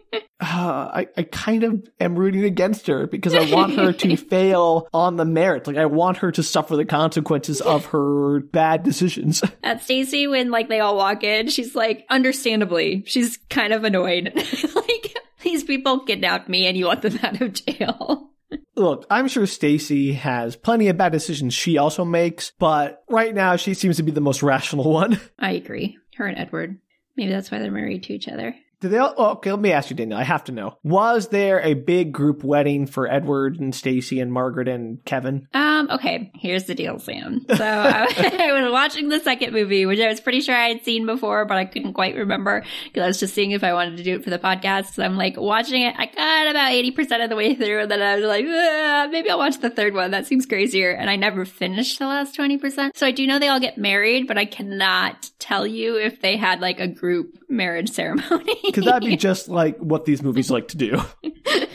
A: Ah, I, I kind of am rooting against her because I want her to fail on the merits. Like, I want her to suffer the consequences of her bad decisions.
B: At Stacy, when like they all walk in, she's like, understandably, she's kind of annoyed. like, these people kidnapped me and you let them out of jail.
A: Look, I'm sure Stacy has plenty of bad decisions she also makes, but right now she seems to be the most rational one.
B: I agree. Her and Edward. Maybe that's why they're married to each other.
A: Did they all, oh, okay, let me ask you, Daniel. I have to know. Was there a big group wedding for Edward and Stacy and Margaret and Kevin?
B: Um, okay, here's the deal, Sam. So I, I was watching the second movie, which I was pretty sure I had seen before, but I couldn't quite remember because I was just seeing if I wanted to do it for the podcast. So I'm like watching it. I got about 80% of the way through and then I was like, "Ah, maybe I'll watch the third one. That seems crazier. And I never finished the last 20%. So I do know they all get married, but I cannot tell you if they had like a group marriage ceremony.
A: Because that'd be just like what these movies like to do.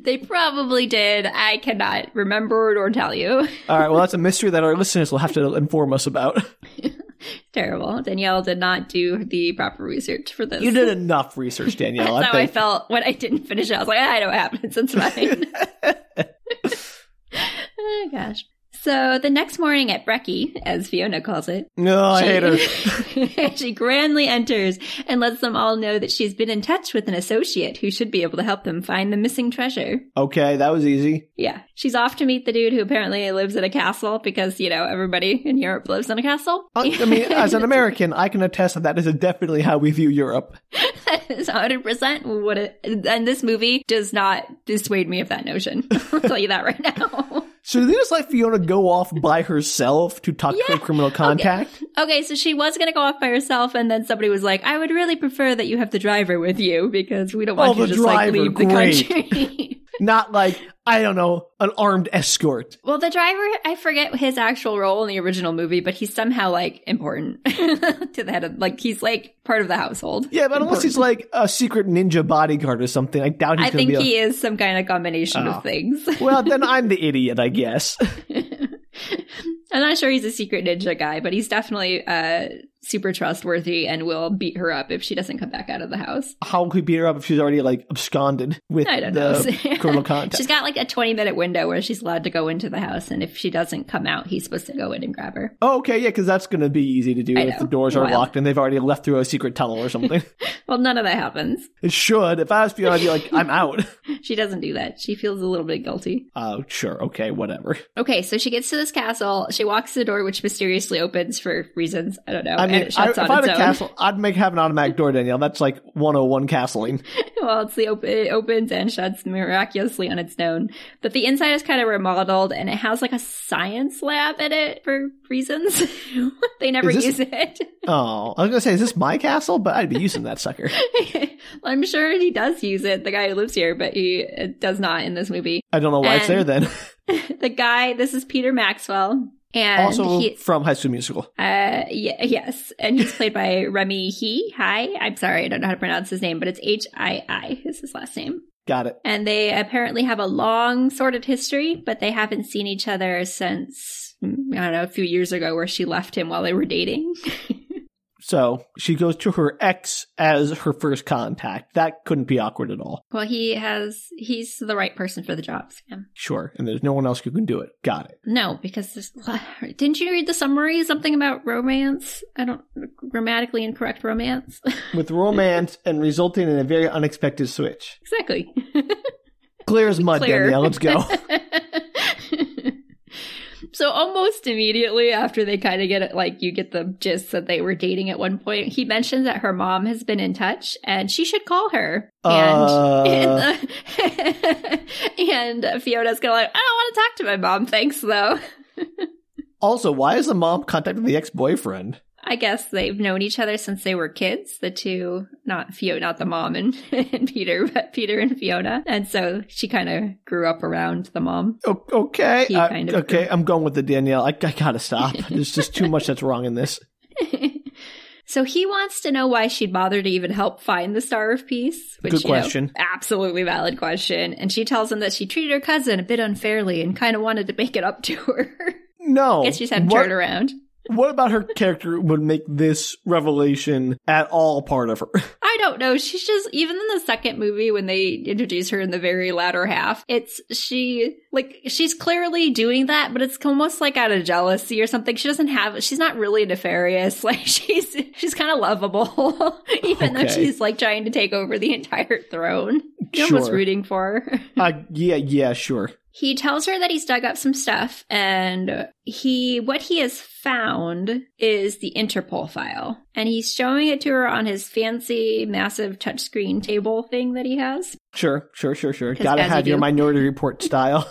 B: they probably did. I cannot remember it or tell you.
A: All right, well, that's a mystery that our listeners will have to inform us about.
B: Terrible. Danielle did not do the proper research for this.
A: You did enough research, Danielle.
B: That's
A: I
B: how I
A: think.
B: felt when I didn't finish it. I was like, "Ah, I know what happens. It's fine. oh, gosh. So the next morning at Brecky, as Fiona calls it,
A: No, Oh, I hate her.
B: her. she grandly enters and lets them all know that she's been in touch with an associate who should be able to help them find the missing treasure.
A: Okay, that was easy.
B: Yeah. She's off to meet the dude who apparently lives in a castle because, you know, everybody in Europe lives in a castle.
A: I I mean, as an American, I can attest that that is definitely how we view Europe.
B: that is 100% what it, and this movie does not dissuade me of that notion. I'll tell you that right now.
A: So did they just let Fiona go off by herself to talk to
B: Yeah.
A: a criminal contact?
B: okay, so she was going to go off by herself and then somebody was like, I would really prefer that you have the driver with you because we don't want
A: Oh,
B: you to
A: the
B: just like
A: driver,
B: leave the
A: great.
B: country.
A: Not like, I don't know, an armed escort.
B: Well, the driver, I forget his actual role in the original movie, but he's somehow like important to the head of, like, he's like part of the household.
A: Yeah, but unless he's like a secret ninja bodyguard or something, I doubt he's
B: I
A: going
B: think
A: to be
B: he is some kind of combination
A: Oh.
B: of things.
A: a- Well, then I'm the idiot, I guess.
B: I'm not sure he's a secret ninja guy, but he's definitely uh, super trustworthy and will beat her up if she doesn't come back out of the house.
A: How could we beat her up if she's already like absconded with
B: I don't
A: the
B: know.
A: criminal contact?
B: She's got like a 20 minute window where she's allowed to go into the house, and if she doesn't come out, he's supposed to go in and grab her.
A: Oh, okay, yeah, because that's going to be easy to do
B: I
A: if
B: know.
A: the doors are
B: Wild.
A: locked and they've already left through a secret tunnel or something.
B: Well, none of that happens.
A: it should. If I was Fiona, I'd be like, I'm out.
B: She doesn't do that. She feels a little bit guilty.
A: Oh, sure, okay, whatever.
B: Okay, so she gets to this castle. She walks to the door, which mysteriously opens for reasons I don't know.
A: I
B: and
A: mean,
B: it
A: I, if
B: shuts
A: I
B: on
A: had
B: its
A: a
B: own.
A: castle, I'd make have an automatic door, Danielle. That's like 101 castling.
B: well, it's the op- it opens and shuts miraculously on its own. But the inside is kind of remodeled and it has like a science lab in it for reasons. they never
A: Is this-
B: use it.
A: Oh, I was gonna say, is this my castle? But I'd be using that sucker.
B: I'm sure he does use it, the guy who lives here, but he uh, does not in this movie.
A: I don't know why it's
B: And-
A: there then.
B: the guy, this is Peter Maxwell. And
A: also
B: he,
A: from High School Musical.
B: Uh, yeah, yes, and he's played by Remy He. Hi, I'm sorry, I don't know how to pronounce his name, but it's H I I is his last name.
A: Got it.
B: And they apparently have a long sordid history, but they haven't seen each other since mm, I don't know a few years ago, where she left him while they were dating.
A: So she goes to her ex as her first contact. That couldn't be awkward at all.
B: well, he has he's the right person for the job, Sam.
A: Sure. And there's no one else who can do it. Got it.
B: No, because there's, didn't you read the summary? Something about romance? I don't grammatically incorrect romance.
A: With romance and resulting in a very unexpected switch.
B: exactly.
A: Clear as mud,
B: Clear.
A: Danielle. Let's go.
B: so almost immediately after they kind of get it, like you get the gist that they were dating at one point, he mentions that her mom has been in touch and she should call her. And
A: Uh.
B: and Fiona's gonna like, I don't want to talk to my mom, thanks though.
A: also, why is the mom contacting the ex boyfriend?
B: I guess they've known each other since they were kids, the two, not Fiona, not the mom and, and Peter, but Peter and Fiona. And so she kind of grew up around the mom.
A: O- okay.
B: He
A: Uh,
B: kind of-
A: okay. I'm going with the Danielle. I, I gotta stop. There's just too much that's wrong in this.
B: So he wants to know why she'd bother to even help find the Star of Peace.
A: Good
B: you know,
A: question.
B: absolutely valid question. And she tells him that she treated her cousin a bit unfairly and kind of wanted to make it up to her.
A: No.
B: Guess she's had to
A: What-
B: turn around.
A: What about her character would make this revelation at all part of her?
B: I don't know. She's just even in the second movie when they introduce her in the very latter half, it's she like she's clearly doing that, but it's almost like out of jealousy or something. She doesn't have she's not really nefarious. Like she's she's kind of lovable, even though
A: Okay.
B: she's like trying to take over the entire throne. You're almost
A: Sure.
B: rooting for her.
A: uh, yeah, yeah, sure.
B: He tells her that he's dug up some stuff and he what he has found is the Interpol file. And he's showing it to her on his fancy massive touchscreen table thing that he has.
A: Sure, sure, sure, sure.
B: 'Cause
A: Gotta
B: as you
A: have your
B: do.
A: minority report style.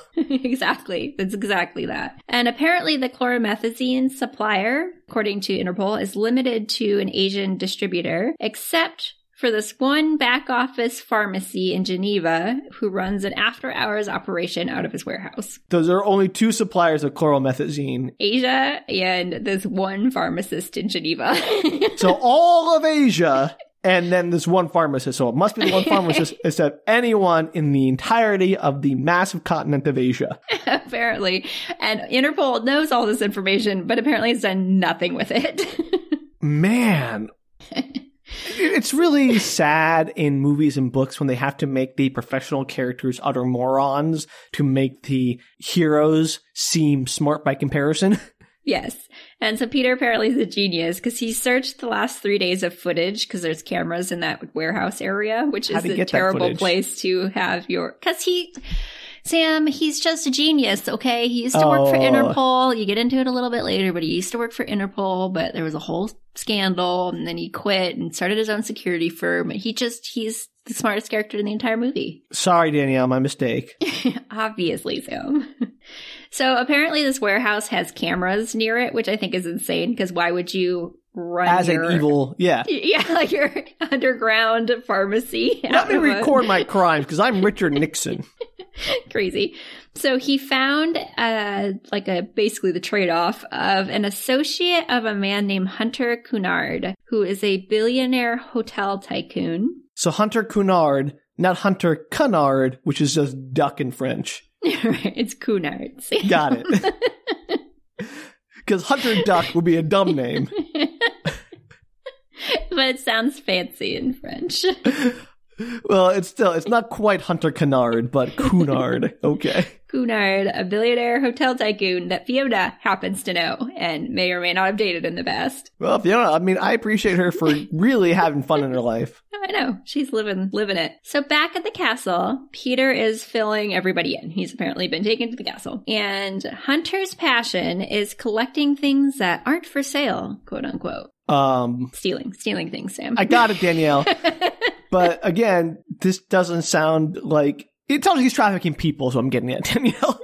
B: exactly. That's exactly that. And apparently the chloromethazine supplier, according to Interpol, is limited to an Asian distributor, except for this one back office pharmacy in Geneva who runs an after hours operation out of his warehouse.
A: Those are only two suppliers of chloromethazine.
B: Asia and this one pharmacist in Geneva.
A: So all of Asia and then this one pharmacist. So it must be the one pharmacist instead of anyone in the entirety of the massive continent of Asia.
B: apparently. And Interpol knows all this information, but apparently has done nothing with it.
A: Man. It's really sad in movies and books when they have to make the professional characters utter morons to make the heroes seem smart by comparison.
B: yes. And so Peter apparently is a genius because he searched the last three days of footage because there's cameras in that warehouse area, which
A: How'd
B: is
A: he
B: a
A: get that
B: terrible
A: footage?
B: place to have your. Because he. Sam, he's just a genius, okay? He used to work for
A: Oh.
B: Interpol. You get into it a little bit later, but he used to work for Interpol, but there was a whole scandal and then he quit and started his own security firm. And he just, he's the smartest character in the entire movie.
A: Sorry, Danielle, my mistake.
B: Obviously, Sam. so apparently this warehouse has cameras near it, which I think is insane because why would you run
A: As
B: your-
A: an evil, yeah.
B: yeah, like your underground pharmacy.
A: Let me
B: out of a-
A: record my crimes because I'm Richard Nixon.
B: crazy. So he found uh like a basically the trade-off of an associate of a man named Hunter Cunard, who is a billionaire hotel tycoon.
A: So Hunter Cunard, not Hunter Cunard, which is just duck in French.
B: Right, it's Cunard. See?
A: Got it. Because Hunter Duck would be a dumb name.
B: but it sounds fancy in French.
A: Well, it's still it's not quite Hunter Cunard, but Cunard. Okay.
B: Cunard, a billionaire hotel tycoon that Fiona happens to know and may or may not have dated in the past.
A: Well, Fiona, I mean, I appreciate her for really having fun in her life.
B: Oh, I know. She's living living it. So back at the castle, Peter is filling everybody in. He's apparently been taken to the castle. And Hunter's passion is collecting things that aren't for sale, quote unquote.
A: Um,
B: Stealing. Stealing things, Sam.
A: I got it, Danielle. But again, this doesn't sound like it sounds like he's trafficking people. So I'm getting it, Danielle.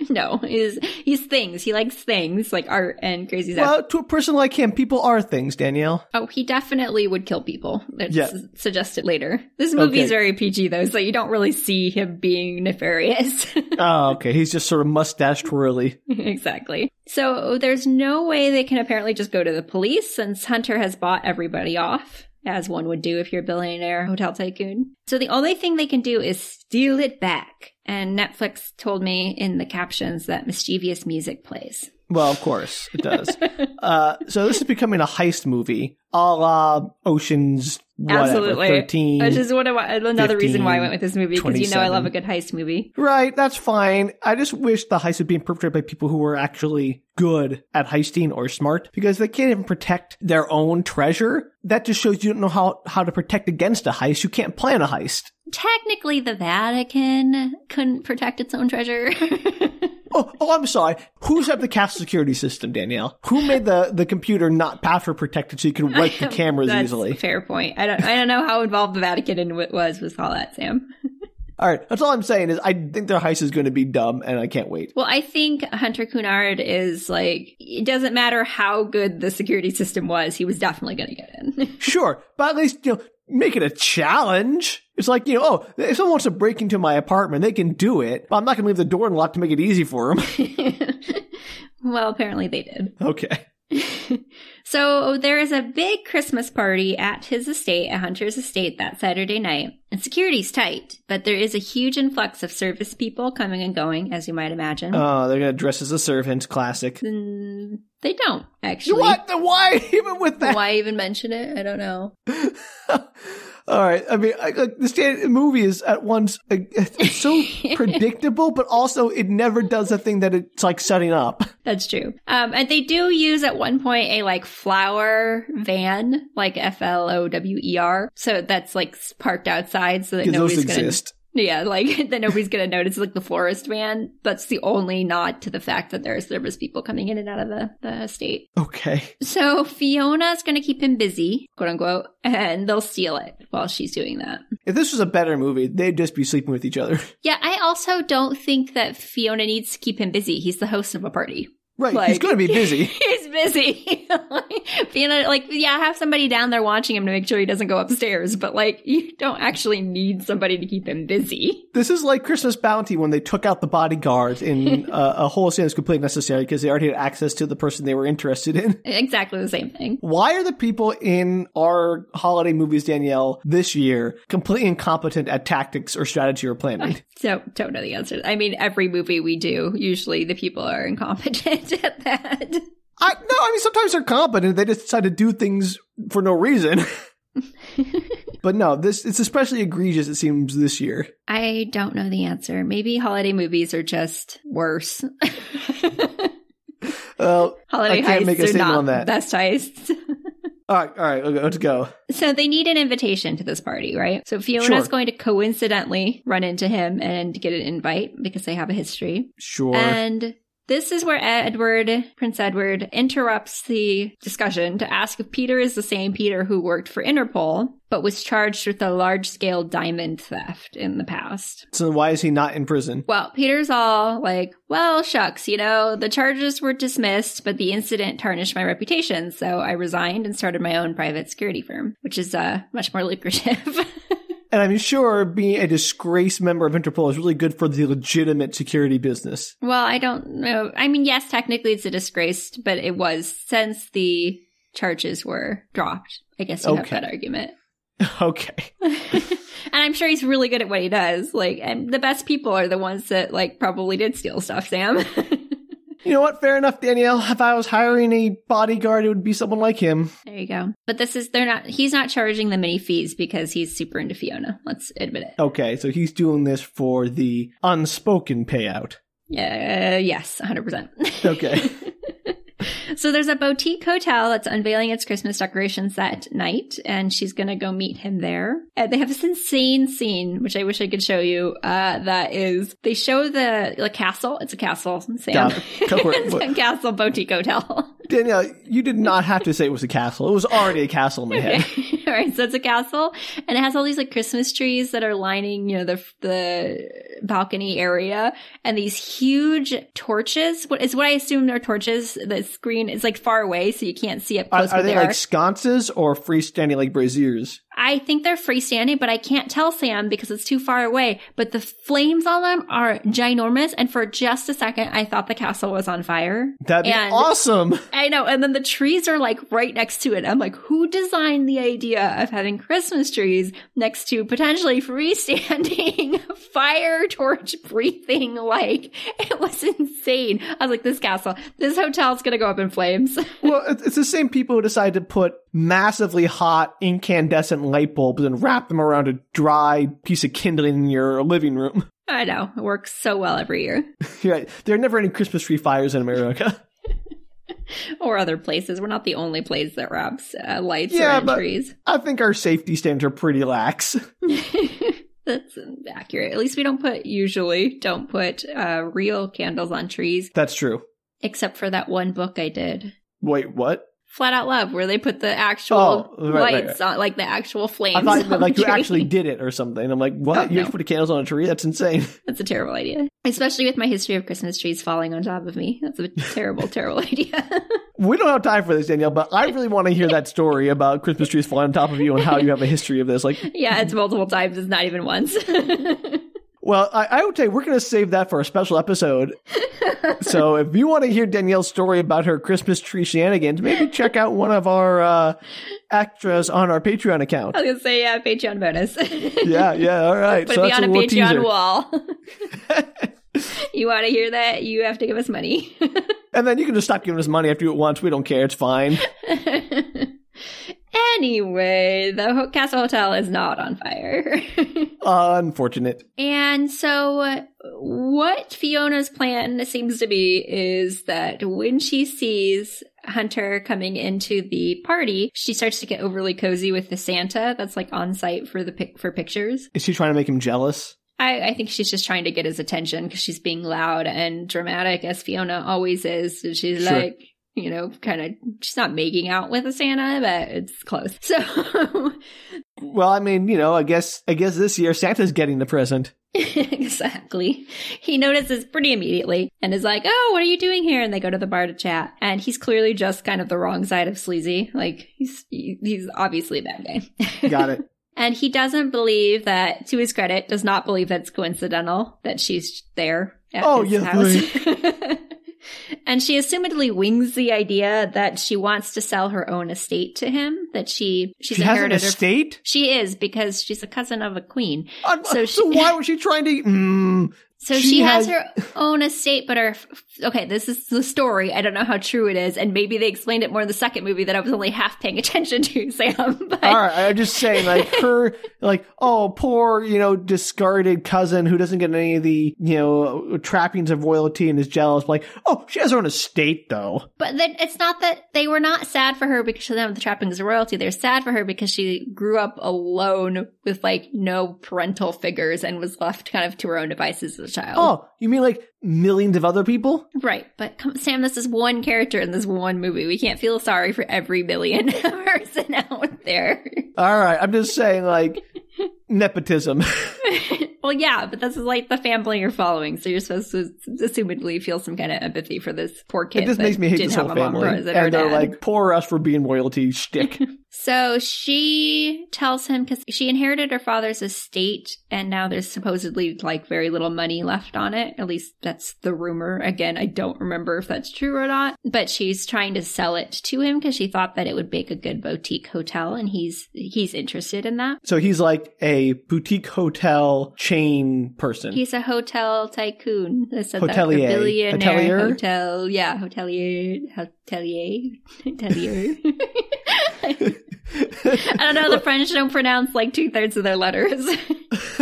B: no, he's he's things. He likes things like art and crazy stuff.
A: Well, to a person like him, people are things, Danielle.
B: Oh, he definitely would kill people. That's
A: Yeah.
B: suggested later. This movie
A: Okay.
B: is very PG though, so you don't really see him being nefarious.
A: Oh, okay. He's just sort of mustache twirly.
B: exactly. So there's no way they can apparently just go to the police since Hunter has bought everybody off, as one would do if you're a billionaire hotel tycoon. So the only thing they can do is steal it back. And Netflix told me in the captions that mischievous music plays.
A: Well, of course it does. uh, so this is becoming a heist movie, a la Ocean's whatever,
B: Absolutely.
A: thirteen.
B: Which is one of my, another reason why I went with this movie because you know I
A: 27.
B: love a good heist movie.
A: Right, that's fine. I just wish the heist had been perpetrated by people who were actually good at heisting or smart because they can't even protect their own treasure. That just shows you don't know how, how to protect against a heist. You can't plan a heist.
B: Technically, the Vatican couldn't protect its own treasure.
A: Oh, oh, I'm sorry. Who set up the castle security system, Danielle? Who made the, the computer not password protected so you can wipe the cameras
B: That's
A: easily?
B: a fair point. I don't. I don't know how involved the Vatican in it was with all that, Sam.
A: All right, that's all I'm saying is I think their heist is going to be dumb, and I can't wait.
B: Well, I think Hunter Cunard is like. It doesn't matter how good the security system was. He was definitely going to get in.
A: Sure, but at least you know, make it a challenge. It's like you know, oh, if someone wants to break into my apartment, they can do it, but I'm not going to leave the door unlocked to make it easy for them.
B: well, apparently they did.
A: okay.
B: So there is a big Christmas party at his estate, at Hunter's estate, that Saturday night. And security's tight, but there is a huge influx of service people coming and going, as you might imagine.
A: Oh, they're gonna dress as a servant. Classic.
B: Mm, they don't, actually.
A: What? Then Why even with that?
B: Why even mention it? I don't know.
A: All right. I mean, I, like, this stand- movie is at once like, it's so predictable, but also it never does a thing that it's like setting up.
B: That's true. Um, and they do use at one point a like flower van, like F L O W E R. So that's like parked outside so that
A: 'Cause those
B: nobody's going to
A: exist.
B: Yeah, like that nobody's gonna notice like the florist van. That's the only nod to the fact that there are service people coming in and out of the, the estate.
A: Okay.
B: So Fiona's gonna keep him busy, quote unquote, and they'll steal it while she's doing that.
A: If this was a better movie, they'd just be sleeping with each other.
B: Yeah, I also don't think that Fiona needs to keep him busy. He's the host of a party.
A: Right. He's
B: Like-
A: going to be busy.
B: He's busy. Fiona, like, yeah, have somebody down there watching him to make sure he doesn't go upstairs, but like, you don't actually need somebody to keep him busy.
A: this is like Christmas Bounty when they took out the bodyguard in uh, a whole scene that's completely necessary because they already had access to the person they were interested in.
B: Exactly the same thing.
A: Why are the people in our holiday movies, Danielle, this year completely incompetent at tactics or strategy or planning?
B: Don't don't know the answer. I mean, every movie we do, usually the people are incompetent at that.
A: I no, I mean sometimes they're competent. They just decide to do things for no reason. but no, this it's especially egregious. It seems this year.
B: I don't know the answer. Maybe holiday movies are just worse.
A: Uh,
B: holiday
A: I can't
B: heists
A: make a
B: are
A: statement
B: not
A: on that.
B: best heists.
A: all right, all right, okay, let's go.
B: So they need an invitation to this party, right? So Fiona's
A: Sure.
B: going to coincidentally run into him and get an invite because they have a history.
A: Sure.
B: And this is where Edward, Prince Edward, interrupts the discussion to ask if Peter is the same Peter who worked for Interpol, but was charged with a large scale diamond theft in the past.
A: so why is he not in prison?
B: Well, Peter's all like, well, shucks, you know, the charges were dismissed, but the incident tarnished my reputation, so I resigned and started my own private security firm, which is uh, much more lucrative.
A: And I'm sure being a disgraced member of Interpol is really good for the legitimate security business.
B: well, I don't know. I mean, yes, technically it's a disgrace, but it was since the charges were dropped. I guess you have
A: Okay.
B: that argument.
A: Okay.
B: and I'm sure he's really good at what he does. Like, and the best people are the ones that, like, probably did steal stuff, Sam.
A: You know what? Fair enough, Danielle. If I was hiring a bodyguard, it would be someone like him.
B: There you go. But this is they're not he's not charging them any fees because he's super into Fiona. Let's admit it.
A: Okay, so he's doing this for the unspoken payout.
B: Yeah, yes, 100%.
A: Okay.
B: so there's a boutique hotel that's unveiling its Christmas decorations that night and she's going to go meet him there. And they have this insane scene which I wish I could show you uh that is they show the the castle. It's a castle, Sam.
A: Duh. Don't worry.
B: it's a castle boutique hotel.
A: Danielle, you did not have to say it was a castle. It was already a castle in my head.
B: all right, so it's a castle, and it has all these like Christmas trees that are lining, you know, the the balcony area, and these huge torches. What is what I assume are torches. The screen is like far away, so you can't see up
A: Are,
B: close.
A: are
B: what
A: they
B: are.
A: like sconces or freestanding like braziers?
B: I think they're freestanding, but I can't tell Sam because it's too far away. But the flames on them are ginormous, and for just a second, I thought the castle was on fire.
A: That'd be
B: And-
A: awesome.
B: I know. And then the trees are like right next to it. I'm like, who designed the idea of having Christmas trees next to potentially freestanding fire torch breathing? Like, it was insane. I was like, this castle, this hotel's going to go up in flames.
A: Well, it- it's the same people who decide to put massively hot incandescent light bulbs and wrap them around a dry piece of kindling in your living room.
B: I know. It works so well every year
A: You're right. There are never any Christmas tree fires in America.
B: or other places. We're not the only place that wraps uh, lights
A: Yeah,
B: around
A: but-
B: trees.
A: I think our safety standards are pretty lax.
B: That's accurate. At least we don't put, usually, don't put uh, real candles on trees,
A: That's true.
B: except for that one book I did.
A: Wait, what?
B: Flat Out Love, where they put the actual
A: Oh, right, right,
B: lights on, like the actual flames.
A: I thought
B: on
A: like
B: the
A: you
B: tree.
A: actually did it or something. I'm like, what?
B: Oh,
A: you
B: no.
A: just put a candles on a tree? That's insane.
B: That's a terrible idea, especially with my history of Christmas trees falling on top of me. That's a terrible, terrible idea.
A: We don't have time for this, Danielle, but I really want to hear that story about Christmas trees falling on top of you and how you have a history of this. Like,
B: yeah, it's multiple times. It's not even once.
A: well, I, I would say we're going to save that for a special episode. so if you want to hear Danielle's story about her Christmas tree shenanigans, maybe check out one of our uh, extras on our Patreon account.
B: I was gonna say, yeah, Patreon bonus.
A: Yeah, yeah, all right.
B: Put
A: so
B: me
A: that's
B: on a
A: little
B: Patreon
A: teaser.
B: wall. you want to hear that? You have to give us money.
A: And then you can just stop giving us money after you do it once. We don't care. It's fine.
B: anyway, the Ho- Castle Hotel is not on fire.
A: unfortunate.
B: and so, uh, what Fiona's plan seems to be is that when she sees Hunter coming into the party, she starts to get overly cozy with the Santa that's like on site for the pic- for pictures.
A: Is she trying to make him jealous?
B: I, I think she's just trying to get his attention because she's being loud and dramatic as Fiona always is. So she's
A: Sure.
B: like, you know, kind of, she's not making out with a Santa, but it's close. So,
A: Well, I mean, you know, I guess I guess this year Santa's getting the present.
B: exactly. He notices pretty immediately and is like, oh, what are you doing here? And they go to the bar to chat. And he's clearly just kind of the wrong side of sleazy. Like, he's, he- he's obviously a bad guy.
A: Got it.
B: And he doesn't believe that, to his credit, does not believe that's coincidental that she's there at
A: Oh,
B: his
A: yeah,
B: house. and she assumedly wings the idea that she wants to sell her own estate to him. That she she's
A: she has an
B: inherited her.
A: estate.
B: she is because she's a cousin of a queen.
A: Uh, So,
B: So she-
A: why was she trying to? Mm,
B: So she,
A: She
B: has,
A: has-
B: her own estate, but her okay. This is the story. I don't know how true it is, and maybe they explained it more in the second movie that I was only half paying attention to, Sam. But
A: all right, I'm just saying, like her, like oh, poor, you know, discarded cousin who doesn't get any of the you know trappings of royalty and is jealous. Like, oh, she has her own estate though.
B: But then it's not that they were not sad for her because she didn't have the trappings of royalty. They're sad for her because she grew up alone with like no parental figures and was left kind of to her own devices as a child.
A: Oh, you mean like millions of other people?
B: Right. But come, Sam, this is one character in this one movie. We can't feel sorry for every million person out there.
A: All right, I'm just saying, like nepotism.
B: well, yeah, but this is like the family you're following. So you're supposed to assumedly feel some kind of empathy for this poor kid.
A: It just
B: that
A: makes me hate
B: didn't
A: this whole
B: have a mom
A: family.
B: or is it her
A: And they're
B: dad.
A: like, poor us for being royalty shtick.
B: So she tells him because she inherited her father's estate and now there's supposedly like very little money left on it. At least that's the rumor. Again, I don't remember if that's true or not, but she's trying to sell it to him because she thought that it would make a good boutique hotel and he's, he's interested in that.
A: So he's like a boutique hotel chain person.
B: He's a hotel tycoon. I said
A: Hotelier.
B: That. A billionaire
A: Hotelier?
B: hotel. Yeah, hotelier. Hotelier. Hotelier. I don't know. The French don't pronounce like two thirds of their letters.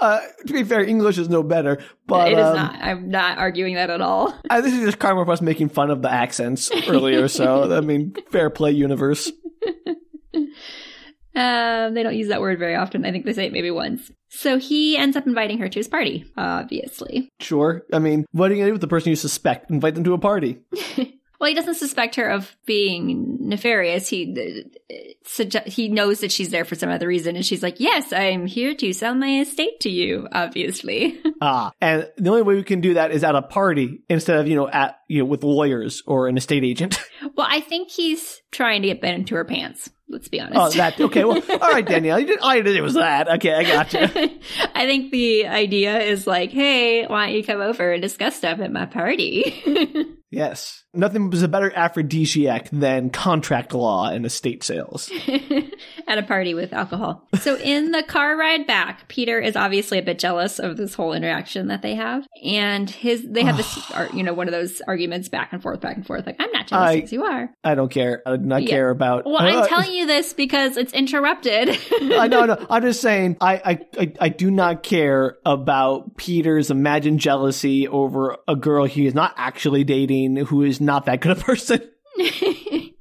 A: uh, to be fair, English is no better, but
B: it is
A: um,
B: not. I'm not arguing that at all.
A: I, this is just karma for us making fun of the accents earlier. so I mean, fair play, universe.
B: Um, they don't use that word very often. I think they say it maybe once. So he ends up inviting her to his party, obviously.
A: Sure. I mean, what are you gonna do with the person you suspect? Invite them to a party.
B: Well, he doesn't suspect her of being nefarious. He uh, sugge- he knows that she's there for some other reason, and she's like, "Yes, I'm here to sell my estate to you." Obviously,
A: Ah, and the only way we can do that is at a party instead of you know at you know with lawyers or an estate agent.
B: well, I think he's trying to get Ben into her pants. Let's be honest.
A: oh, that okay. Well, all right, Danielle, you did, all you did was that. Okay, I gotcha.
B: I think the idea is like, "Hey, why don't you come over and discuss stuff at my party?"
A: Yes. Nothing was a better aphrodisiac than contract law and estate sales.
B: at a party with alcohol. So in the car ride back, Peter is obviously a bit jealous of this whole interaction that they have, and his they have this, ar- you know, one of those arguments back and forth, back and forth. Like I'm not jealous
A: I-
B: because you are.
A: I don't care. I do not
B: Yeah.
A: care about. uh,
B: Well,
A: I,
B: I'm telling you this because it's interrupted.
A: I know, no. I'm just saying, I, I, I, I do not care about Peter's imagined jealousy over a girl he is not actually dating, who is not that good a person.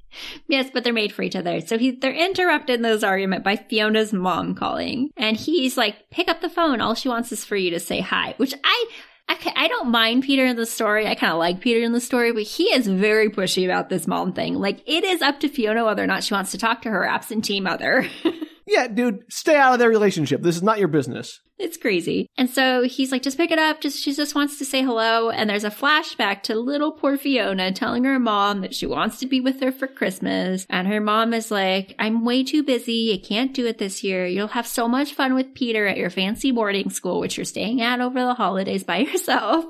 B: yes, but they're made for each other. So he they're interrupted in this argument by Fiona's mom calling, and he's like, "Pick up the phone. All she wants is for you to say hi." Which I. Okay, I don't mind Peter in the story. I kind of like Peter in the story, but he is very pushy about this mom thing. Like, it is up to Fiona whether or not she wants to talk to her absentee mother.
A: Yeah, dude, stay out of their relationship. This is not your business.
B: It's crazy. And so he's like, just pick it up. Just she just wants to say hello. And there's a flashback to little poor Fiona telling her mom that she wants to be with her for Christmas. And her mom is like, I'm way too busy. I can't do it this year. You'll have so much fun with Peter at your fancy boarding school, which you're staying at over the holidays by yourself.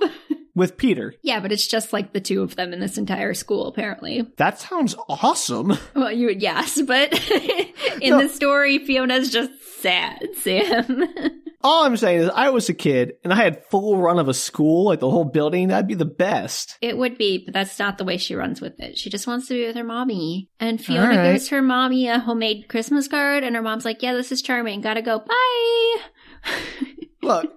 A: with Peter.
B: Yeah, but it's just like the two of them in this entire school, apparently.
A: That sounds awesome.
B: Well, you yes, but in
A: No.
B: the story, Fiona's just sad, Sam.
A: All I'm saying is, I was a kid and I had full run of a school, like the whole building. That'd be the best.
B: it would be, but that's not the way she runs with it. She just wants to be with her mommy. And Fiona
A: All right.
B: gives her mommy a homemade Christmas card, and her mom's like, "Yeah, this is charming. Gotta go. Bye."
A: Look,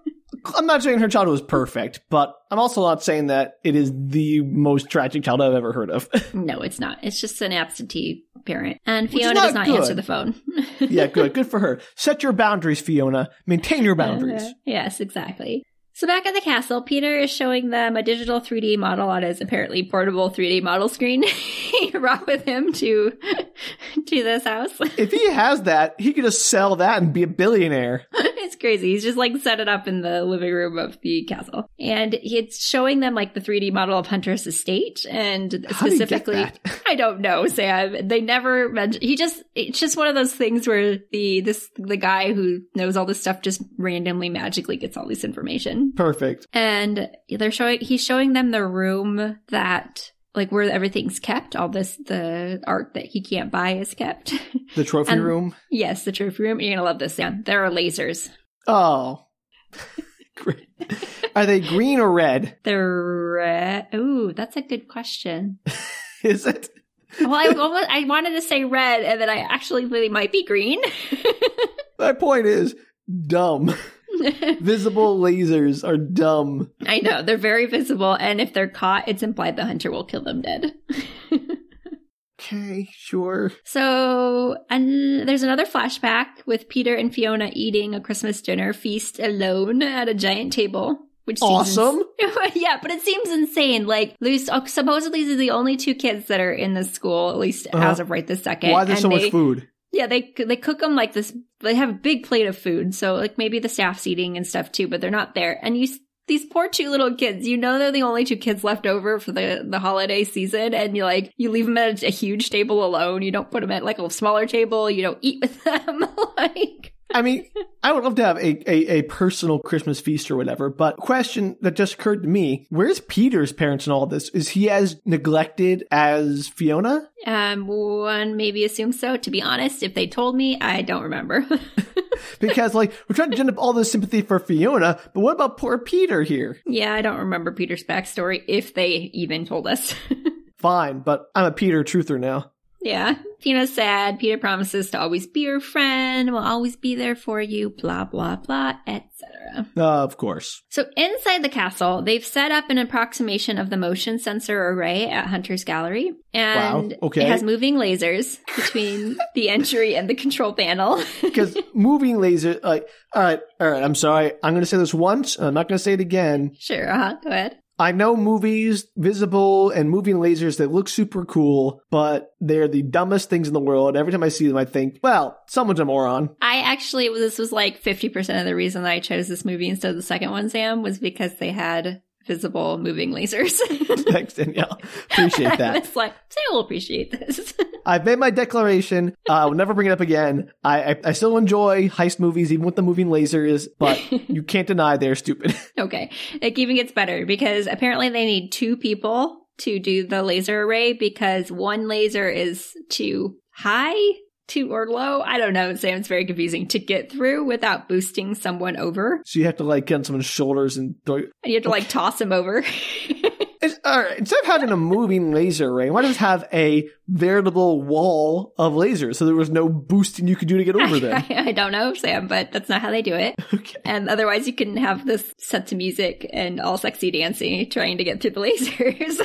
A: I'm not saying her childhood was perfect, but I'm also not saying that it is the most tragic childhood I've ever heard of.
B: no, it's not. It's just an absentee parent, and
A: is
B: Fiona does
A: not
B: not answer
A: good.
B: the phone.
A: yeah, good. Good for her. Set your boundaries, Fiona. Maintain your boundaries.
B: Uh, yes, exactly. So back at the castle, Peter is showing them a digital 3D model on his apparently portable 3D model screen. he brought with him to to this house.
A: If he has that, he could just sell that and be a billionaire.
B: it's crazy. He's just like set it up in the living room of the castle, and he's showing them like the 3D model of Hunter's estate, and
A: How did he get
B: specifically,
A: that?
B: I don't know, Sam. They never mentioned. He just it's just one of those things where the this the guy who knows all this stuff just randomly magically gets all this information.
A: Perfect.
B: and they're showing he's showing them the room that like where everything's kept all this the art that he can't buy is kept
A: The trophy
B: And-
A: room.
B: yes the trophy room you're gonna love this sam there are lasers
A: Oh. Great. Are they green or red?
B: they're red ooh that's a good question
A: Is it?
B: well i almost, i wanted to say red and then i actually really might be green
A: My point is dumb. Visible lasers are dumb.
B: i know they're very visible and if they're caught it's implied the hunter will kill them dead
A: Okay, sure.
B: So, and there's another flashback with Peter and Fiona eating a Christmas dinner feast alone at a giant table. Which seems
A: Awesome.
B: yeah, but it seems insane. Like, these oh, supposedly these are the only two kids that are in this school, at least
A: Uh-huh.
B: as of right this second.
A: Why there's
B: And
A: so
B: they-
A: much food?
B: Yeah, they they cook them like this. They have a big plate of food, so like maybe the staff's eating and stuff too, but they're not there. And you. s- These poor two little kids, you know they're the only two kids left over for the, the holiday season, and you like you leave them at a, huge table alone. You don't put them at like a smaller table. You don't eat with them. like
A: I mean, I would love to have a, a, a personal Christmas feast or whatever, but question that just occurred to me, where's Peter's parents in all this? Is he as neglected as Fiona?
B: um, one maybe assumes so. To be honest, if they told me, I don't remember.
A: Because like we're trying to gin up all this sympathy for Fiona, but what about poor Peter here?
B: yeah, I don't remember Peter's backstory if they even told us.
A: Fine, but I'm a Peter truther now.
B: Yeah. Tina's sad. Peter promises to always be your friend, will always be there for you, blah, blah, blah, etc.
A: Uh, of course.
B: So inside the castle, they've set up an approximation of the motion sensor array at Hunter's Gallery. And
A: Wow, okay.
B: it has moving lasers between the entry and the control panel.
A: Because moving laser, like, all right, all right, I'm sorry. I'm going to say this once, and I'm not going to say it again.
B: sure, uh-huh, go ahead.
A: I know movies, visible and moving lasers that look super cool, but they're the dumbest things in the world. Every time I see them, I think, well, someone's a moron.
B: I actually, this was like 50% of the reason that I chose this movie instead of the second one, Sam, was because they had visible moving lasers.
A: Thanks, Danielle. Appreciate
B: I
A: that.
B: was like, Sam will appreciate this.
A: I've made my declaration. Uh, I will never bring it up again. I, I, I still enjoy heist movies, even with the moving lasers, but you can't deny they're stupid.
B: Okay. It even gets better because apparently they need two people to do the laser array because one laser is too high, too or low. I don't know, Sam. It's very confusing to get through without boosting someone over.
A: so you have to like get on someone's shoulders and throw.
B: And you have to like toss them over.
A: It's, all right, instead of having a moving laser ray, why just have a veritable wall of lasers so there was no boosting you could do to get over them?
B: I, I don't know, Sam, but that's not how they do it.
A: Okay.
B: And otherwise, you couldn't have this set to music and all sexy dancing trying to get through the lasers.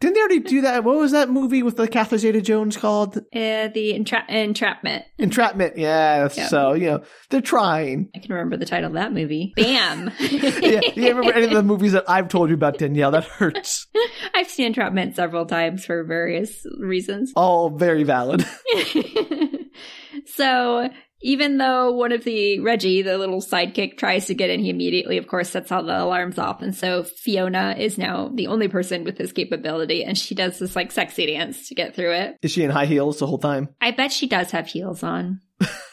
A: Didn't they already do that? What was that movie with the Catherine Zeta Jones called?
B: uh, the entra- entrapment.
A: Entrapment. Yeah.
B: Yeah.
A: So, you know, they're trying.
B: I can remember the title of that movie. Bam!
A: Yeah. You remember any of the movies that I've told you about, Danielle? That hurts.
B: I've seen entrapment several times for various reasons.
A: All very valid.
B: so even though one of the Reggie, the little sidekick, tries to get in, he immediately, of course, sets all the alarms off. And so Fiona is now the only person with this capability, and she does this like sexy dance to get through it.
A: Is she in high heels the whole time?
B: I bet she does have heels on.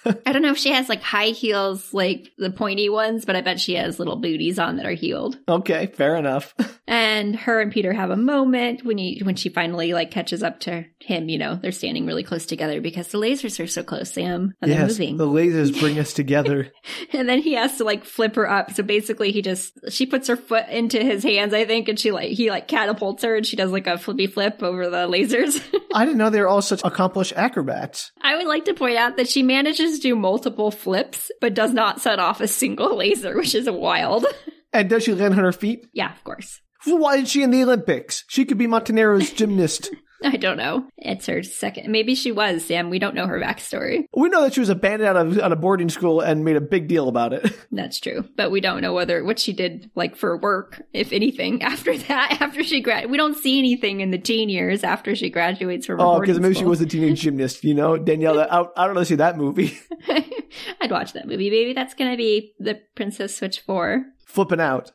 B: I don't know if she has like high heels, like the pointy ones, but I bet she has little booties on that are healed.
A: Okay, fair enough.
B: And her and Peter have a moment when you when she finally like catches up to him. You know, they're standing really close together because the lasers are so close, Sam, and they're
A: yes, Oh.
B: moving.
A: the lasers bring us together.
B: and then he has to like flip her up. So basically, he just she puts her foot into his hands, I think, and she like he like catapults her, and she does like a flippy flip over the lasers.
A: I didn't know they were all such accomplished acrobats.
B: I would like to point out that she manages to do multiple flips, but does not set off a single laser, which is wild.
A: And does she land on her feet?
B: yeah, of course.
A: Why is she in the Olympics? She could be Montanero's gymnast.
B: I don't know. It's her second. Maybe she was, Sam. We don't know her backstory.
A: We know that she was abandoned out of, out of boarding school and made a big deal about it.
B: That's true. But we don't know whether what she did, like for work, if anything, after that, after she grad, we don't see anything in the teen years after she graduates from.
A: Oh, because maybe
B: maybe
A: she was a teenage gymnast, you know? Danielle, I, I don't know see that movie.
B: I'd watch that movie. Maybe that's gonna be the Princess Switch Four.
A: Flipping out.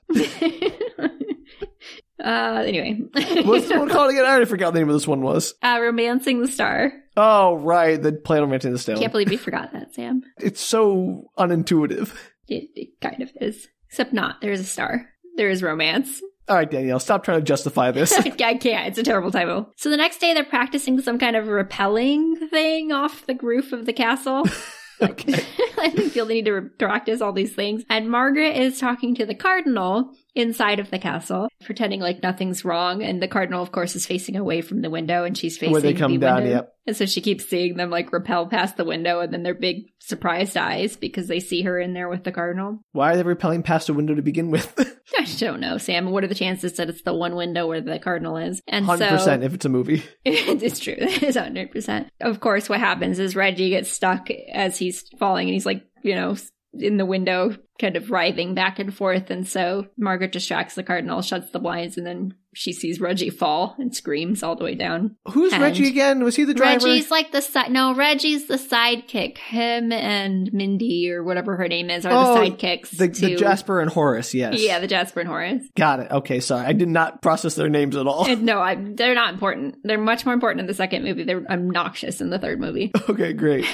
B: uh, anyway,
A: What's the one called again? I already forgot what the name of this one was.
B: uh, romancing the star.
A: Oh, right. The Planet of Mantis and the Stone.
B: Can't believe we forgot that, Sam.
A: it's so unintuitive.
B: It, it kind of is, except not. There is a star. There is romance.
A: All right, Danielle, stop trying to justify this.
B: I can't. It's a terrible typo. So the next day, they're practicing some kind of repelling thing off the roof of the castle.
A: okay.
B: I feel the need to re- practice all these things. And Margaret is talking to the cardinal inside of the castle, pretending like nothing's wrong. And the cardinal, of course, is facing away from the window, and she's facing
A: Where they come
B: the
A: down,
B: window.
A: yep.
B: And so she keeps seeing them like repel past the window, and then their big surprised eyes because they see her in there with the cardinal.
A: Why are they repelling past a window to begin with?
B: I don't know, Sam. What are the chances that it's the one window where the cardinal is? And
A: 100%
B: so
A: if it's a movie.
B: it's true. It's hundred percent. Of course, what happens is Reggie gets stuck as he's falling, and he's like, you know, in the window, kind of writhing back and forth. And so Margaret distracts the cardinal, shuts the blinds, and then she sees Reggie fall and screams all the way down.
A: Who's
B: And-
A: Reggie again? Was he the driver?
B: Reggie's like the side. No, Reggie's the sidekick. Him and Mindy or whatever her name is are
A: Oh,
B: the sidekicks.
A: the, the
B: to-
A: Jasper and Horace, yes.
B: Yeah, the Jasper and Horace.
A: Got it. Okay, sorry. I did not process their names at all.
B: And no, I, they're not important. They're much more important in the second movie. They're obnoxious in the third movie.
A: okay, great.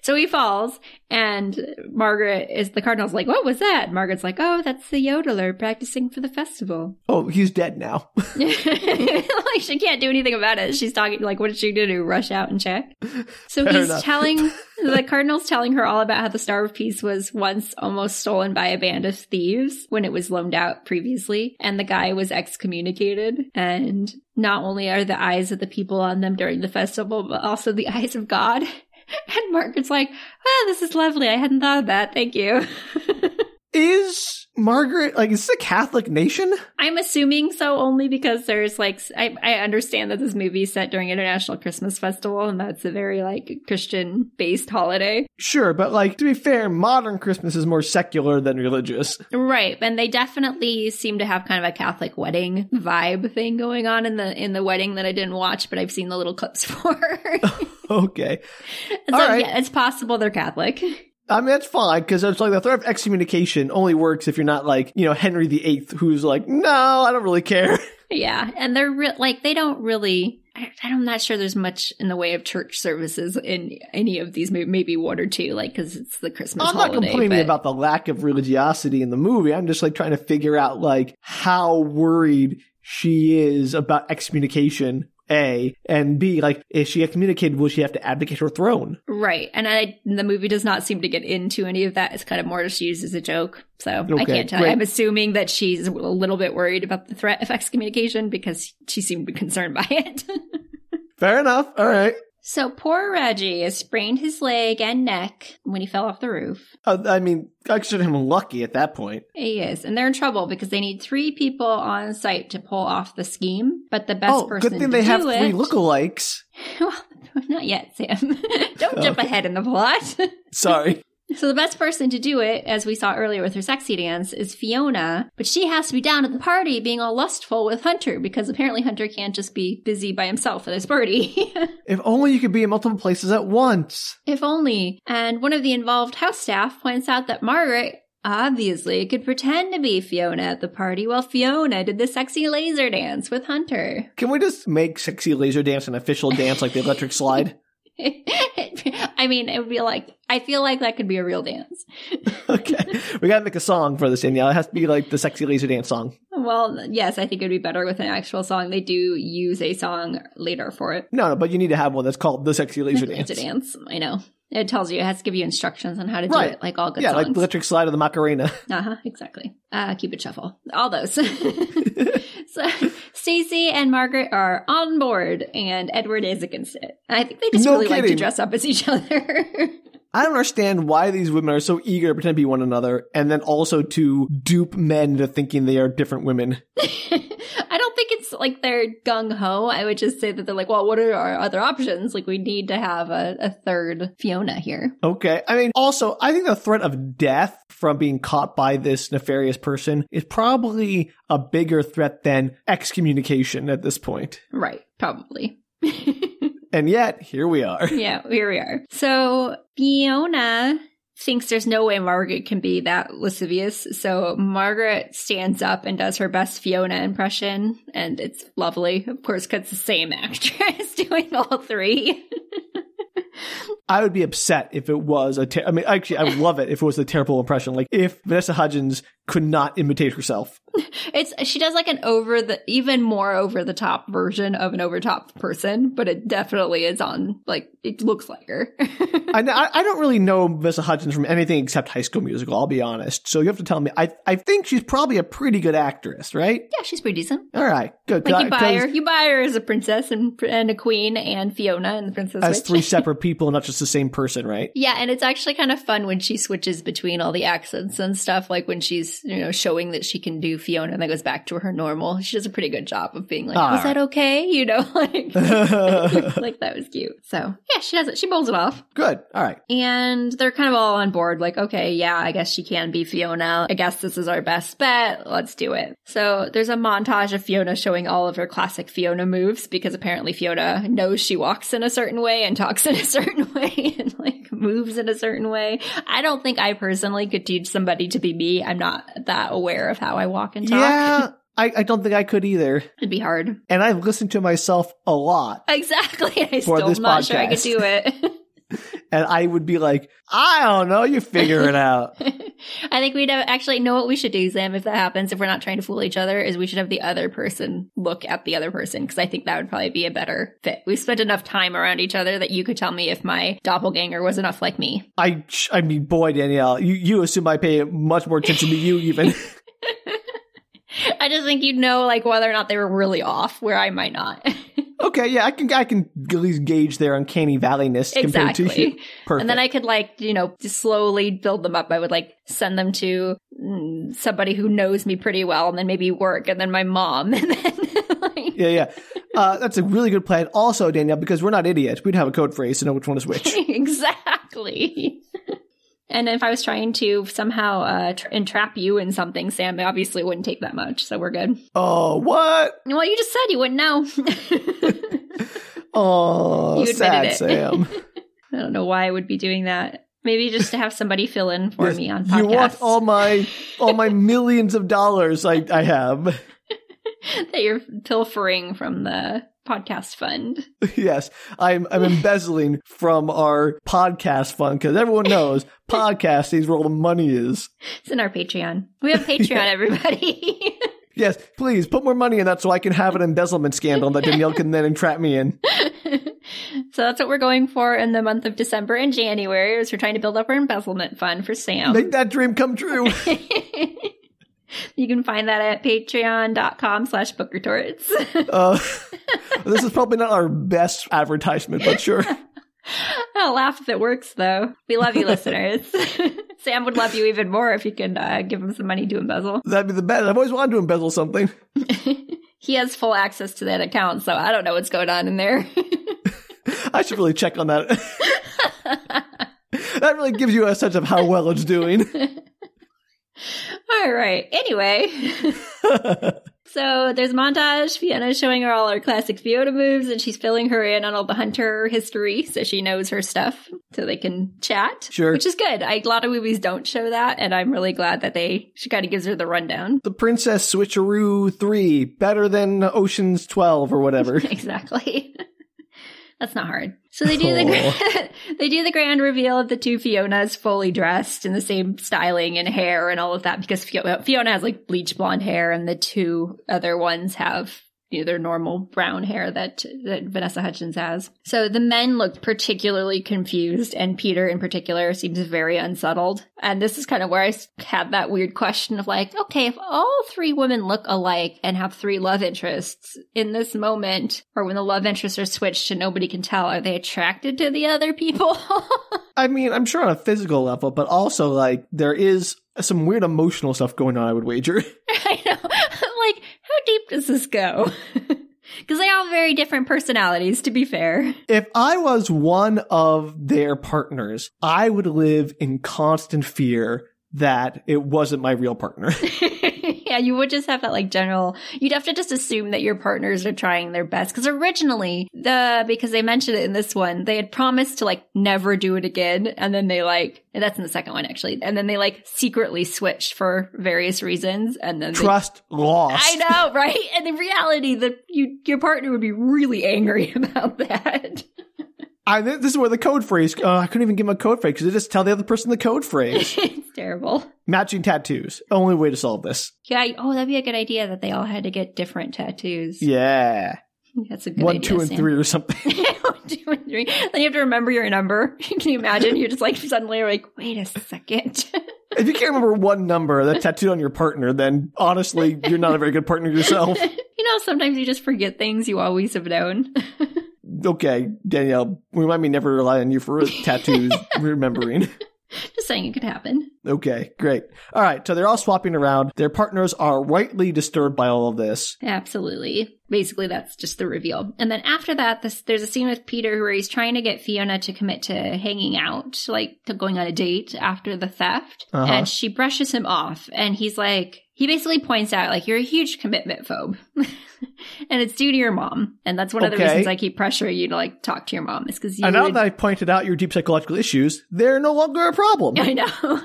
B: So he falls, and Margaret is the cardinal's like, "What was that?" Margaret's like, "Oh, that's the yodeler practicing for the festival."
A: Oh, he's dead now.
B: like she can't do anything about it. She's talking like, "What did she do? Rush out and check?" So
A: Fair
B: he's
A: enough.
B: telling the cardinal's telling her all about how the Star of Peace was once almost stolen by a band of thieves when it was loaned out previously, and the guy was excommunicated. And not only are the eyes of the people on them during the festival, but also the eyes of God. And Margaret's like, "Ah, this is lovely. I hadn't thought of that. Thank you."
A: Is Margaret, like, is this a Catholic nation?
B: I'm assuming so only because there's like s- I, I understand that this movie is set during International Christmas Festival and that's a very like Christian based holiday.
A: Sure, but, like, to be fair, modern Christmas is more secular than religious.
B: Right. And they definitely seem to have kind of a Catholic wedding vibe thing going on in the in the wedding that I didn't watch, but I've seen the little clips for. so
A: Okay. All right.
B: yeah, it's possible they're Catholic.
A: I mean, that's fine, because it's like the threat of excommunication only works if you're not, like, you know, Henry VIII, who's like, no, I don't really care.
B: Yeah, and they're re- like they don't really. I- I'm not sure there's much in the way of church services in any of these. mo- Maybe one or two, like because it's the Christmas.
A: I'm not
B: holiday,
A: complaining
B: but-
A: about the lack of religiosity in the movie. I'm just like trying to figure out like how worried she is about excommunication. A and B, like if she excommunicated, will she have to abdicate her throne?
B: right. And I, the movie does not seem to get into any of that. It's kind of more just used as a joke. So I
A: Okay,
B: can't tell.
A: great.
B: I'm assuming that she's a little bit worried about the threat of excommunication because she seemed concerned by it.
A: Fair enough. All right.
B: so poor Reggie has sprained his leg and neck when he fell off the roof.
A: Uh, I mean, I consider him lucky at that point.
B: He is, and they're in trouble because they need three people on site to pull off the scheme. But the best
A: oh,
B: person
A: good thing
B: to
A: they
B: do
A: have
B: it,
A: three lookalikes.
B: well, not yet, Sam. Don't jump
A: Okay.
B: ahead in the plot.
A: Sorry.
B: so the best person to do it, as we saw earlier with her sexy dance, is Fiona. But she has to be down at the party, being all lustful with Hunter because apparently Hunter can't just be busy by himself at his party.
A: if only you could be in multiple places at once.
B: If only. And one of the involved house staff points out that Margaret obviously could pretend to be Fiona at the party while Fiona did the sexy laser dance with Hunter.
A: Can we just make sexy laser dance an official dance like the electric slide?
B: I mean, it would be like I feel like that could be a real dance.
A: okay. We gotta make a song for this, Danielle. It has to be like the sexy laser dance song.
B: Well, yes, I think it'd be better with an actual song. They do use a song later for it.
A: No, no, but you need to have one that's called the sexy laser dance.
B: It's a dance. I know. It tells you, it has to give you instructions on how to do
A: Right.
B: it, like all good
A: yeah, like
B: songs.
A: the electric slide of the Macarena.
B: uh-huh, exactly. Uh, Cupid Shuffle. All those. so Stacy and Margaret are on board, and Edward is against it. I think they just
A: No
B: really like to
A: kidding.
B: dress up as each other.
A: I don't understand why these women are so eager to pretend to be one another and then also to dupe men into thinking they are different women.
B: I don't think it's like they're gung ho. I would just say that they're like, well, what are our other options? Like, we need to have a, a third Fiona here.
A: Okay. I mean, also, I think the threat of death from being caught by this nefarious person is probably a bigger threat than excommunication at this point.
B: Right, probably.
A: And yet, here we are.
B: yeah, here we are. So, Fiona thinks there's no way Margaret can be that lascivious. So, Margaret stands up and does her best Fiona impression, and it's lovely, of course, because the same actress doing all three.
A: I would be upset if it was a. Ter- I mean, actually, I would love it if it was a terrible impression. Like if Vanessa Hudgens could not imitate herself.
B: It's she does like an over the even more over the top version of an over top person, but it definitely is on like it looks like her.
A: I, I I don't really know Vanessa Hudgens from anything except High School Musical. I'll be honest. So you have to tell me. I I think she's probably a pretty good actress, right?
B: yeah, she's pretty decent.
A: All right, good.
B: Like you
A: 'Cause-
B: buy her, you buy her as a princess and and a queen and Fiona and the princess.
A: as
B: Switch.
A: three separate people, not just the same person, right?
B: Yeah, and it's actually kind of fun when she switches between all the accents and stuff. Like when she's, you know, showing that she can do Fiona and then goes back to her normal. She does a pretty good job of being like,
A: All
B: "Was that okay?" You know, like like that was cute. So yeah, she does it. She bowls it off.
A: Good. All right.
B: And they're kind of all on board, like, okay, yeah, I guess she can be Fiona. I guess this is our best bet. Let's do it. So there's a montage of Fiona showing all of her classic Fiona moves because apparently Fiona knows she walks in a certain way and talks in a certain way and like moves in a certain way. I don't think I personally could teach somebody to be me. I'm not that aware of how I walk and talk.
A: Yeah, I I don't think I could either.
B: It'd be hard.
A: And I've listened to myself a lot,
B: Exactly. I
A: For
B: still
A: this
B: am not sure I could
A: podcast.
B: do it.
A: and I would be like, I don't know. You figure it out.
B: I think we'd have actually know what we should do, Sam, if that happens, if we're not trying to fool each other, is we should have the other person look at the other person because I think that would probably be a better fit. We've spent enough time around each other that you could tell me if my doppelganger was enough like me.
A: I, I mean, boy, Danielle, you, you assume I pay much more attention to you even.
B: I just think you'd know like whether or not they were really off, where I might not.
A: okay, yeah, I can, I can at least gauge their uncanny valleyness compared to you.
B: exactly.
A: Perfect.
B: And then I could like, you know, just slowly build them up. I would like send them to mm, somebody who knows me pretty well and then maybe work and then my mom and then like
A: yeah, yeah. Uh, that's a really good plan. Also, Danielle, because we're not idiots, we'd have a code phrase to know which one is which.
B: exactly. and if I was trying to somehow uh, tr entrap you in something, Sam, it obviously wouldn't take that much. So we're good.
A: oh, what?
B: Well, you just said you wouldn't know.
A: Oh,
B: You admitted
A: sad
B: it.
A: Sam.
B: I don't know why I would be doing that. Maybe just to have somebody fill in for
A: Yes,
B: me on podcasts.
A: you want all my all my millions of dollars I, I have.
B: that you're pilfering from the podcast fund.
A: yes, I'm I'm embezzling from our podcast fund because everyone knows podcasting is where all the money is.
B: It's in our Patreon. We have Patreon, everybody.
A: Yes, please put more money in that so I can have an embezzlement scandal that Danielle can then entrap me in.
B: so that's what we're going for in the month of December and January is we're trying to build up our embezzlement fund for Sam.
A: Make that dream come true.
B: you can find that at patreon.com slash booker torts
A: Uh, this is probably not our best advertisement, but sure.
B: i'll laugh if it works though we love you listeners sam would love you even more if you could uh, give him some money to embezzle
A: That'd be the best. I've always wanted to embezzle something.
B: he has full access to that account so i don't know what's going on in there
A: I should really check on that. that really gives you a sense of how well it's doing.
B: all right anyway So there's a montage. Fiona's showing her all her classic Fiona moves, and she's filling her in on all the hunter history, so she knows her stuff, so they can chat.
A: Sure.
B: which is good. I, a lot of movies don't show that, and I'm really glad that they she kind of gives her the rundown.
A: the Princess Switcheroo 3, better than Ocean's 12 or whatever.
B: exactly. That's not hard. So they do the they do the grand reveal of the two Fionas fully dressed in the same styling and hair and all of that because Fiona, Fiona has like bleach blonde hair and the two other ones have you know, their normal brown hair that that Vanessa Hutchins has. So the men looked particularly confused, and Peter in particular seems very unsettled. And this is kind of where I s- had that weird question of like, okay, if all three women look alike and have three love interests in this moment, or when the love interests are switched and nobody can tell, are they attracted to the other people?
A: I mean, I'm sure on a physical level, but also like there is some weird emotional stuff going on. I would wager.
B: I know. I'm like, how deep does this go? Because they all have very different personalities, to be fair.
A: If I was one of their partners, I would live in constant fear that it wasn't my real partner.
B: yeah, you would just have that like general. You'd have to just assume that your partners are trying their best because originally the because they mentioned it in this one, they had promised to like never do it again, and then they like and that's in the second one actually, and then they like secretly switched for various reasons, and then they,
A: Trust lost.
B: I know, right? And in reality, that you your partner would be really angry about that.
A: I, thi- this is where the code phrase. Uh, I couldn't even give him a code phrase because I just tell the other person the code phrase.
B: it's terrible.
A: Matching tattoos. Only way to solve this.
B: Yeah. I- Oh, that'd be a good idea that they all had to get different tattoos.
A: Yeah.
B: That's a good
A: One,
B: idea,
A: two, and
B: Sam.
A: three or something.
B: two and three. Then you have to remember your number. Can you imagine? You're just like suddenly like, wait a second.
A: if you can't remember one number that's tattooed on your partner, then honestly, you're not a very good partner yourself.
B: you know, sometimes you just forget things you always have known.
A: Okay, Danielle, remind me never to rely on you for tattoos remembering.
B: just saying it could happen.
A: Okay, great. All right, so they're all swapping around. Their partners are rightly disturbed by all of this.
B: Absolutely. Basically, that's just the reveal. And then after that, this, there's a scene with Peter where he's trying to get Fiona to commit to hanging out, like to going on a date after the theft.
A: Uh-huh.
B: And she brushes him off. And he's like, he basically points out, like, you're a huge commitment phobe. and it's due to your mom. And that's one of the
A: Okay.
B: reasons I keep pressuring you to, like, talk to your mom is because you.
A: And now
B: would-
A: that I pointed out your deep psychological issues, they're no longer a problem.
B: I know.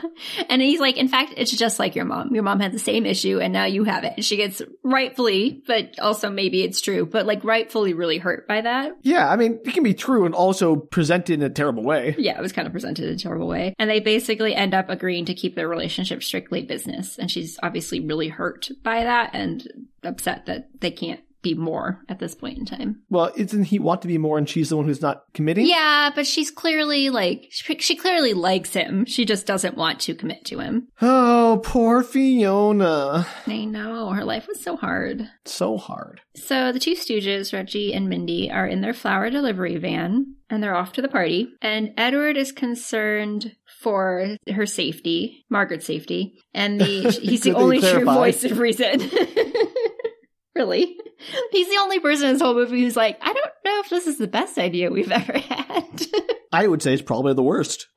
B: And he's like, in fact, it's just like your mom. Your mom had the same issue and now you have it. And she gets rightfully, but also maybe it's true, but like rightfully really hurt by that.
A: Yeah, I mean, it can be true and also presented in a terrible way.
B: Yeah, it was kind of presented in a terrible way. And they basically end up agreeing to keep their relationship strictly business. And she's obviously really hurt by that and upset that they can't be more at this point in time.
A: Well, isn't he want to be more and she's the one who's not committing?
B: Yeah, but she's clearly like, she she clearly likes him. She just doesn't want to commit to him.
A: Oh, poor Fiona.
B: I know. Her life was so hard.
A: So hard.
B: So the two stooges, Reggie and Mindy, are in their flower delivery van and they're off to the party. And Edward is concerned for her safety, Margaret's safety, and the he's
A: Good
B: the
A: that
B: only
A: you
B: true
A: clarified.
B: voice of reason. really? He's the only person in this whole movie who's like, I don't know if this is the best idea we've ever had.
A: I would say it's probably the worst.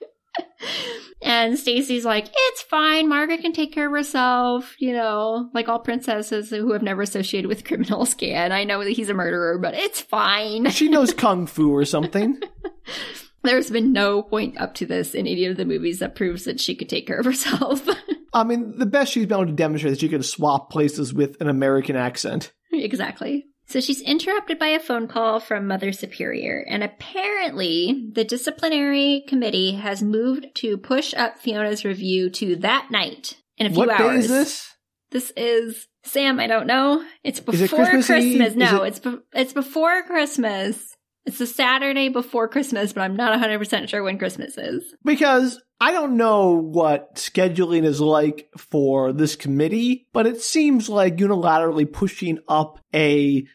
B: And Stacy's like, it's fine. Margaret can take care of herself. You know, like all princesses who have never associated with criminals can. I know that he's a murderer, but it's fine.
A: She knows kung fu or something.
B: There's been no point up to this in any of the movies that proves that she could take care of herself.
A: I mean, the best she's been able to demonstrate is she could swap places with an American accent.
B: exactly. So she's interrupted by a phone call from Mother Superior, and apparently the disciplinary committee has moved to push up Fiona's review to that night in a few
A: What
B: hours.
A: day is this?
B: This is Sam. I don't know. It's
A: Is it
B: before
A: Christmas Eve?
B: Christmas.
A: Is
B: No,
A: it-
B: it's be- it's before Christmas. It's the Saturday before Christmas, but I'm not 100% sure when Christmas is.
A: Because I don't know what scheduling is like for this committee, but it seems like unilaterally pushing up a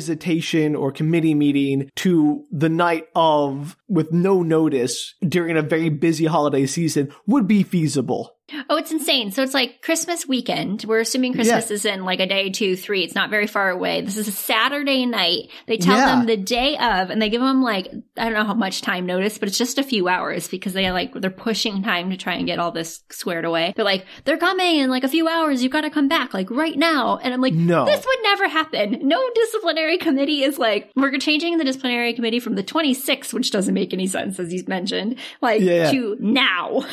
A: visitation or committee meeting to the night of with no notice during a very busy holiday season would be feasible.
B: Oh, it's insane. So it's like Christmas weekend. We're assuming Christmas is in like a day, two, three. It's not very far away. This is a Saturday night. They tell
A: Yeah.
B: them the day of and they give them like, I don't know how much time notice, but it's just a few hours because they like, they're pushing time to try and get all this squared away. They're like, they're coming in like a few hours. You've got to come back like right now. And I'm like,
A: No.
B: This would never happen. No disciplinary committee is like, we're changing the disciplinary committee from the 26th, which doesn't make any sense, as he's mentioned, like
A: Yeah.
B: to now.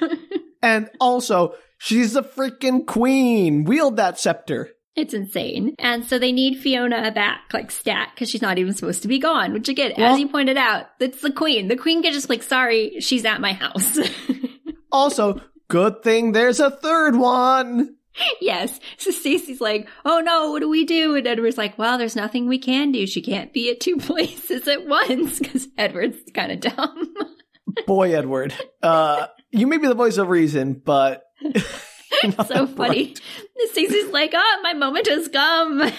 A: And also, she's the freaking queen. Wield that scepter.
B: It's insane. And so they need Fiona back, like stat, because she's not even supposed to be gone, which again,
A: Well-
B: as you pointed out, it's the queen. The queen could just be like, sorry, she's at my house.
A: Also, good thing there's a third one.
B: yes. So Stacy's like, oh no, what do we do? And Edward's like, well, there's nothing we can do. She can't be at two places at once because Edward's kind of dumb.
A: Boy, Edward, uh, you may be the voice of reason, but
B: so funny. Stacy's like, oh, my moment has come.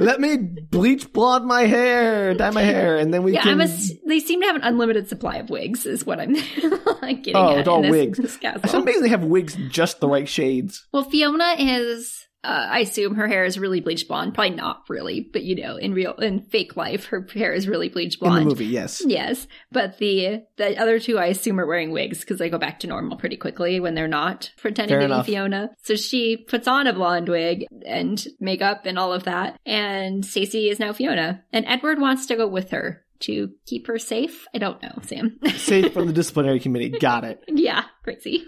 A: let me bleach blonde my hair, dye my hair, and then we
B: yeah,
A: can.
B: I'm a, they seem to have an unlimited supply of wigs, is what I'm like, getting
A: Oh,
B: at.
A: it's all
B: in this,
A: wigs.
B: This castle.
A: It's amazing they have wigs just the right shades.
B: Well, Fiona is. Uh, I assume her hair is really bleach blonde. Probably not really, but you know, in real in fake life, her hair is really bleach
A: In the
B: blonde.
A: movie, yes.
B: Yes, but the the other two I assume are wearing wigs because they go back to normal pretty quickly when they're not pretending
A: Fair
B: to
A: enough.
B: be Fiona. So she puts on a blonde wig and makeup and all of that, and Stacey is now Fiona, and Edward wants to go with her to keep her safe. I don't know, Sam.
A: Safe from the disciplinary committee. Got it.
B: yeah, crazy.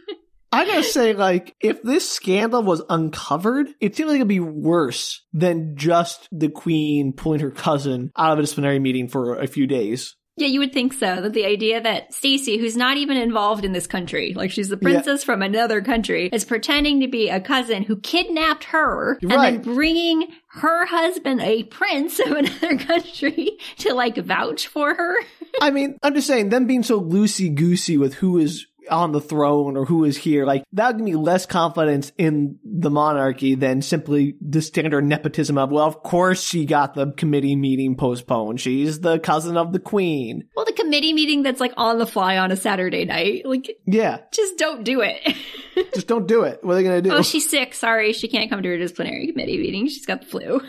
A: I gotta say, like, if this scandal was uncovered, it seems like it'd be worse than just the queen pulling her cousin out of a disciplinary meeting for a few days.
B: Yeah, you would think so. That the idea that Stacy, who's not even involved in this country, like she's the princess from another country, is pretending to be a cousin who kidnapped her and
A: Right.
B: then bringing her husband, a prince of another country, to like vouch for her.
A: I mean, I'm just saying, them being so loosey goosey with who is on the throne or who is here, like, that would give me less confidence in the monarchy than simply the standard nepotism of, well, of course she got the committee meeting postponed. She's the cousin of the queen.
B: Well, the committee meeting that's like on the fly on a Saturday night, like
A: Yeah,
B: just don't do it.
A: just don't do it. What are they gonna do?
B: oh, she's sick. Sorry, she can't come to her disciplinary committee meeting. She's got the flu.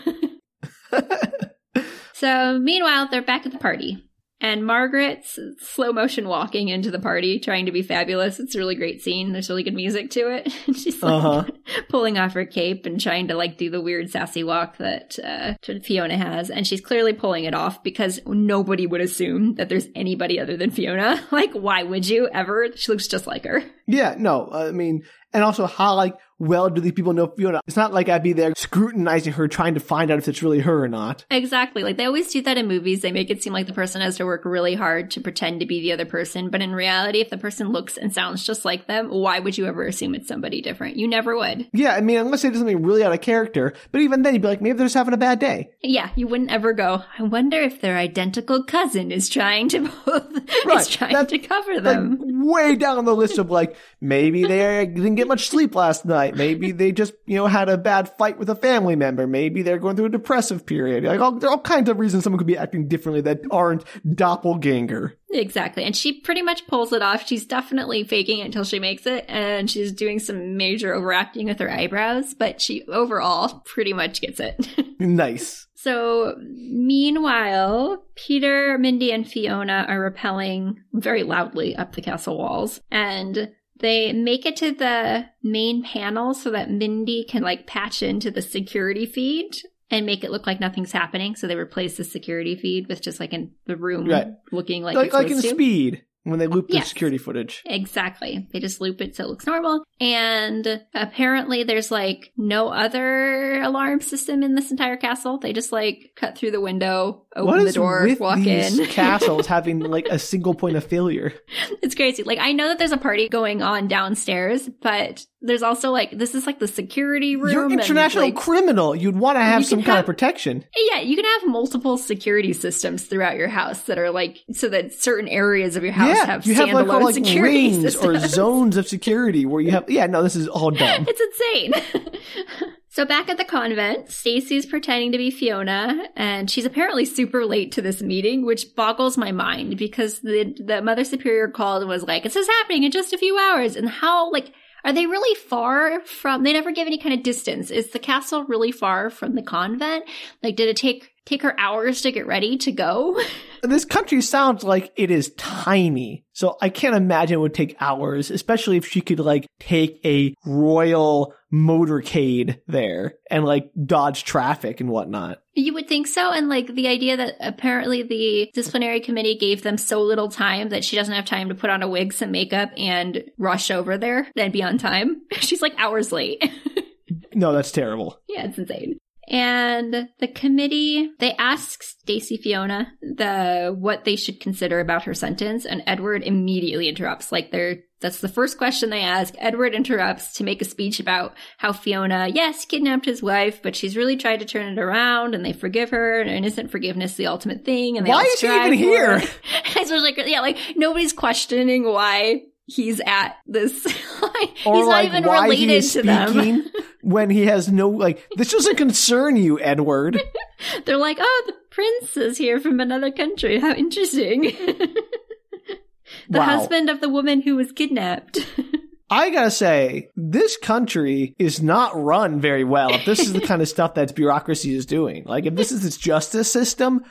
B: so, meanwhile, they're back at the party. And Margaret's slow motion walking into the party, trying to be fabulous. It's a really great scene. There's really good music to it. She's like
A: Uh-huh.
B: pulling off her cape and trying to like do the weird sassy walk that uh, Fiona has. And she's clearly pulling it off because nobody would assume that there's anybody other than Fiona. Like, why would you ever? She looks just like her.
A: Yeah, no, I mean, and also how like well do these people know Fiona? It's not like I'd be there scrutinizing her, trying to find out if it's really her or not.
B: Exactly. Like they always do that in movies. They make it seem like the person has to work really hard to pretend to be the other person. But in reality, if the person looks and sounds just like them, why would you ever assume it's somebody different? You never would.
A: Yeah, I mean, unless they did something really out of character, but even then, you'd be like, maybe they're just having a bad day.
B: Yeah, you wouldn't ever go, I wonder if their identical cousin is trying to both
A: Right.
B: is trying
A: That's-
B: to cover
A: Like
B: them.
A: way down the list of like maybe they didn't get much sleep last night. Maybe they just you know had a bad fight with a family member. Maybe they're going through a depressive period. Like all, there are all kinds of reasons someone could be acting differently that aren't doppelganger.
B: Exactly. And she pretty much pulls it off. She's definitely faking it until she makes it. And she's doing some major overacting with her eyebrows, but she overall pretty much gets it.
A: Nice.
B: So, meanwhile, Peter, Mindy, and Fiona are rappelling very loudly up the castle walls, and they make it to the main panel so that Mindy can like patch into the security feed and make it look like nothing's happening. So they replace the security feed with just like in the room
A: Right.
B: looking like
A: Like
B: it's
A: like in
B: supposed to.
A: Speed when they loop the
B: Yes.
A: security footage.
B: Exactly. They just loop it so it looks normal. And apparently there's like no other alarm system in this entire castle. They just like cut through the window, open
A: What is
B: the door,
A: with
B: walk
A: these
B: in.
A: castles having like a single point of failure?
B: it's crazy. Like I know that there's a party going on downstairs, but there's also like this is like the security room.
A: You're an
B: and,
A: international
B: like-
A: criminal. You'd want to have
B: You
A: some
B: can
A: kind of
B: have-
A: protection.
B: Yeah, you can have multiple security systems throughout your house that are like so that certain areas of your house
A: yeah,
B: have
A: you have like,
B: standalone
A: all, like
B: security
A: rings or
B: systems.
A: zones of security where you have. Yeah, no, this is all dumb.
B: It's insane. so back at the convent, Stacy's pretending to be Fiona, and she's apparently super late to this meeting, which boggles my mind because the the mother superior called and was like, "This is happening in just a few hours," and how like. Are they really far from? They never give any kind of distance. Is the castle really far from the convent? Like, did it take take her hours to get ready to go?
A: this country sounds like it is tiny, so I can't imagine it would take hours, especially if she could like take a royal motorcade there and like dodge traffic and whatnot.
B: You would think so. And like the idea that apparently the disciplinary committee gave them so little time that she doesn't have time to put on a wig, some makeup, and rush over there and be on time. She's like hours late.
A: No, that's terrible.
B: yeah, it's insane. And the committee, they asked Stacy Fiona the what they should consider about her sentence, and Edward immediately interrupts. Like they're that's the first question they ask. Edward interrupts to make a speech about how Fiona, yes, kidnapped his wife, but she's really tried to turn it around, and they forgive her, and isn't forgiveness the ultimate thing? And they
A: Why
B: all
A: is she
B: strive
A: even
B: for
A: here?
B: it. I was like, yeah, like nobody's questioning why he's at this.
A: Or
B: he's
A: like
B: not even
A: why
B: related
A: he is
B: to them.
A: speaking when he has no like this doesn't concern you, Edward.
B: They're like, oh, the prince is here from another country. How interesting. the
A: wow.
B: husband of the woman who was kidnapped.
A: I gotta say, this country is not run very well. If this is the kind of stuff that bureaucracy is doing, like if this is its justice system,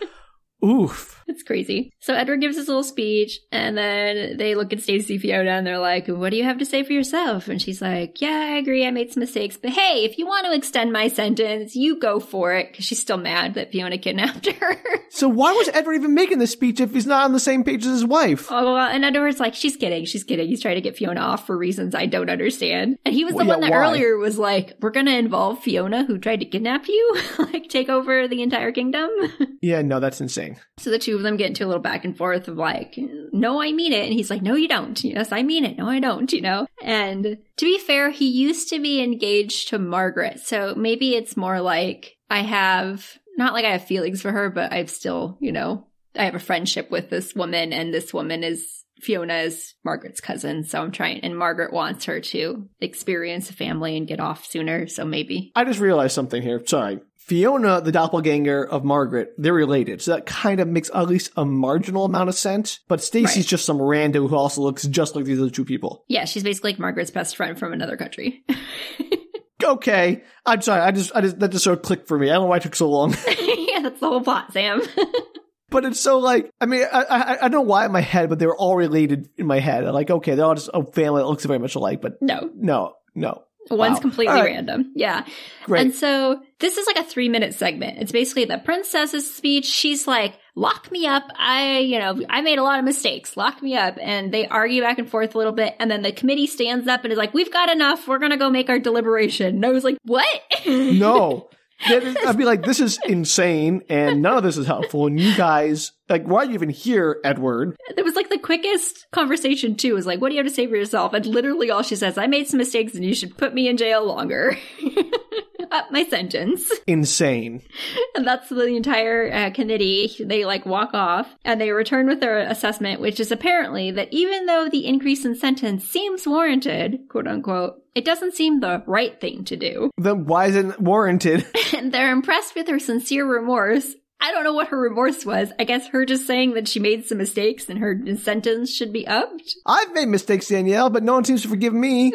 A: oof.
B: it's crazy. So Edward gives his little speech, and then they look at Stacey Fiona and they're like, what do you have to say for yourself? And she's like, yeah, I agree. I made some mistakes. But hey, if you want to extend my sentence, you go for it. Because she's still mad that Fiona kidnapped her.
A: So why was Edward even making this speech if he's not on the same page as his wife?
B: Oh, well, and Edward's like, she's kidding, she's kidding. He's trying to get Fiona off for reasons I don't understand. And he was the
A: Well, yeah,
B: one that
A: why?
B: earlier was like, we're going to involve Fiona, who tried to kidnap you, like take over the entire kingdom.
A: Yeah, no, that's insane.
B: so the two of them get into a little back and forth of like, no, I mean it. And he's like, no, you don't. Yes, I mean it. No, I don't, you know? And to be fair, he used to be engaged to Margaret. So maybe it's more like I have, not like I have feelings for her, but I've still, you know, I have a friendship with this woman, and this woman is Fiona is Margaret's cousin. So I'm trying, and Margaret wants her to experience a family and get off sooner. So maybe.
A: I just realized something here. Sorry. Fiona, the doppelganger of Margaret, they're related. So that kind of makes at least a marginal amount of sense. But Stacy's
B: Right.
A: just some rando who also looks just like these other two people.
B: Yeah, she's basically like Margaret's best friend from another country.
A: Okay. I'm sorry. I just, I just, that just sort of clicked for me. I don't know why it took so long.
B: yeah, that's the whole plot, Sam.
A: But it's so like, I mean, I, I, I don't know why in my head, but they were all related in my head. Like, okay, they're all just a family that looks very much alike, but
B: no,
A: no, no.
B: one's
A: Wow.
B: completely
A: All right.
B: random. Yeah.
A: Great.
B: And so this is like a three minute segment. It's basically the princess's speech. She's like, lock me up. I, you know, I made a lot of mistakes. Lock me up. And they argue back and forth a little bit. And then the committee stands up and is like, we've got enough. We're going to go make our deliberation. And I was like, what?
A: no. That is- I'd be like, this is insane and none of this is helpful. And you guys, like, why are you even here, Edward?
B: It was like the quickest conversation too. It was like, what do you have to say for yourself? And literally all she says, I made some mistakes and you should put me in jail longer. Up my sentence.
A: Insane.
B: And that's the entire uh, committee. They like walk off and they return with their assessment, which is apparently that even though the increase in sentence seems warranted, quote unquote, it doesn't seem the right thing to do.
A: Then why isn't it warranted?
B: And they're impressed with her sincere remorse. I don't know what her remorse was. I guess her just saying that she made some mistakes and her sentence should be upped.
A: I've made mistakes, Danielle, but no one seems to forgive me.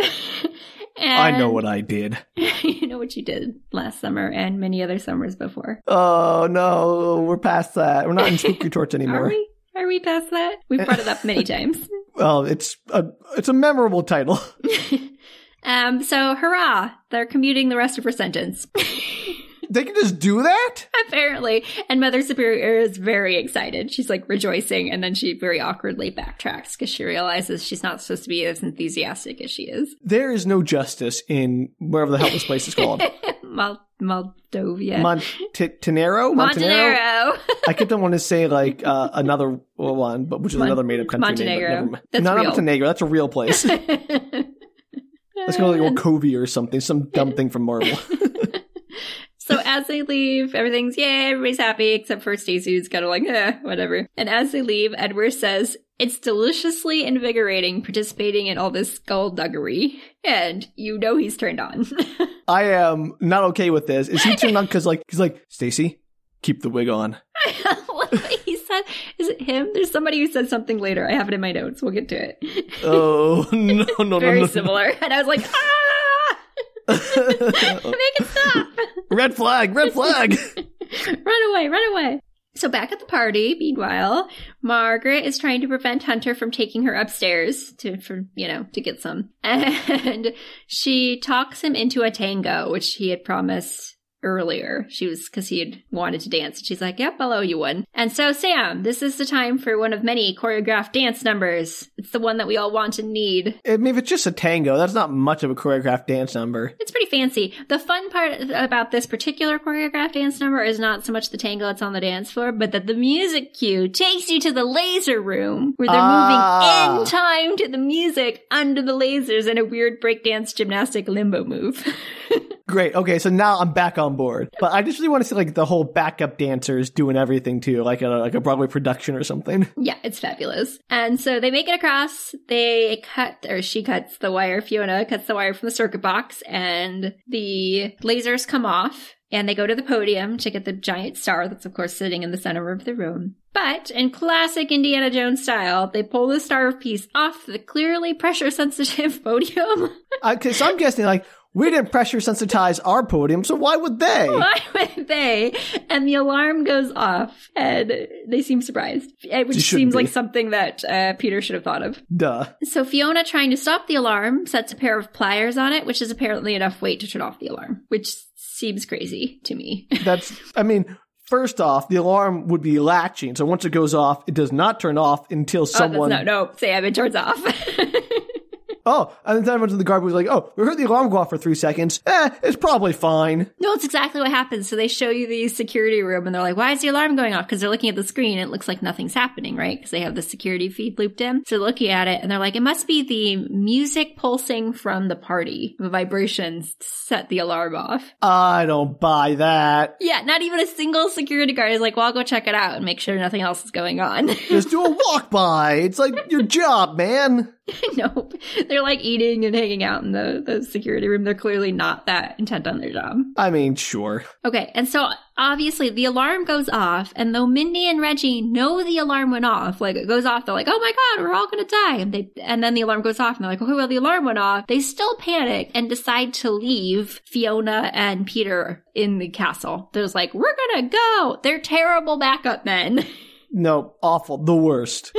A: I know what I did.
B: you know what you did last summer and many other summers before.
A: Oh, no, we're past that. We're not in spooky torch
B: Are
A: anymore.
B: we? Are we past that? We've brought it up many times.
A: Well, it's a, it's a memorable title.
B: Um, so hurrah! They're commuting the rest of her sentence,
A: they can just do that?
B: apparently. And Mother Superior is very excited. She's like rejoicing, and then she very awkwardly backtracks because she realizes she's not supposed to be as enthusiastic as she is.
A: There is no justice in wherever the hell this place is called.
B: Mal- Moldova.
A: Montanero? Montanero?
B: Montenegro.
A: I kept on want to say like uh, another one, but which is
B: Mon-
A: another made up country name.
B: Montenegro.
A: But never mind.
B: That's
A: Not
B: real.
A: Montenegro. That's a real place. Let's go like Wachovia or something. Some dumb thing from Marvel.
B: So as they leave, everything's yay, everybody's happy, except for Stacey, who's kind of like, eh, whatever. And as they leave, Edward says, It's deliciously invigorating participating in all this skullduggery. And you know he's turned on.
A: I am not okay with this. Is he turned on because like he's like Stacy, keep the wig on.
B: he said, Is it him? There's somebody who said something later. I have it in my notes. We'll get to it.
A: Oh no no no
B: Very
A: no.
B: similar. And I was like, Ah! Make it stop!
A: red flag, red flag.
B: run away, run away. So back at the party, meanwhile, Margaret is trying to prevent Hunter from taking her upstairs to for you know, to get some. And she talks him into a tango, which he had promised earlier. She was because he had wanted to dance. She's like, "Yep, I'll owe you one." And so, Sam, this is the time for one of many choreographed dance numbers. It's the one that we all want and need.
A: I mean, if it's just a tango, that's not much of a choreographed dance number.
B: It's pretty fancy. The fun part about this particular choreographed dance number is not so much the tango that's on the dance floor, but that the music cue takes you to the laser room where they're
A: Ah.
B: moving in time to the music under the lasers in a weird breakdance gymnastic limbo move.
A: Great. Okay, so now I'm back on board. But I just really want to see like the whole backup dancers doing everything too, like a like a Broadway production or something.
B: Yeah, it's fabulous. And so they make it across. They cut, or she cuts the wire, Fiona cuts the wire from the circuit box, and the lasers come off. And they go to the podium to get the giant star that's, of course, sitting in the center of the room. But in classic Indiana Jones style, they pull the star of peace off the clearly pressure sensitive podium.
A: Okay, so Uh, I'm guessing like we didn't pressure sensitize our podium, so why would they?
B: Why would they? And the alarm goes off, and they seem surprised, eh, which
A: They shouldn't
B: seems like
A: be.
B: something that uh, Peter should have thought of.
A: Duh.
B: So Fiona, trying to stop the alarm, sets a pair of pliers on it, which is apparently enough weight to turn off the alarm, which seems crazy to me. Oh,
A: That's I mean, first off, the alarm would be latching, so once it goes off, it does not turn off until someone
B: oh, that's not, no, Sam, it turns off.
A: Oh, and then everyone in the guard was like, Oh, we heard the alarm go off for three seconds. Eh, it's probably fine.
B: no, it's exactly what happens. So they show you the security room and they're like, why is the alarm going off? Because they're looking at the screen and it looks like nothing's happening, right? Because they have the security feed looped in. So they're looking at it and they're like, it must be the music pulsing from the party. The vibrations set the alarm off.
A: I don't buy that.
B: Yeah, not even a single security guard is like, well, I'll go check it out and make sure nothing else is going on.
A: Just do a walk by. It's like your job, man.
B: nope. They're like eating and hanging out in the, the security room. They're clearly not that intent on their job.
A: I mean, sure.
B: Okay, and so obviously the alarm goes off, and though Mindy and Reggie know the alarm went off, like it goes off, they're like, "Oh my god, we're all gonna die!" And they, and then the alarm goes off, and they're like, "Okay, well the alarm went off." They still panic and decide to leave Fiona and Peter in the castle. They're just like, "We're gonna go." They're terrible backup men.
A: No, awful. The worst.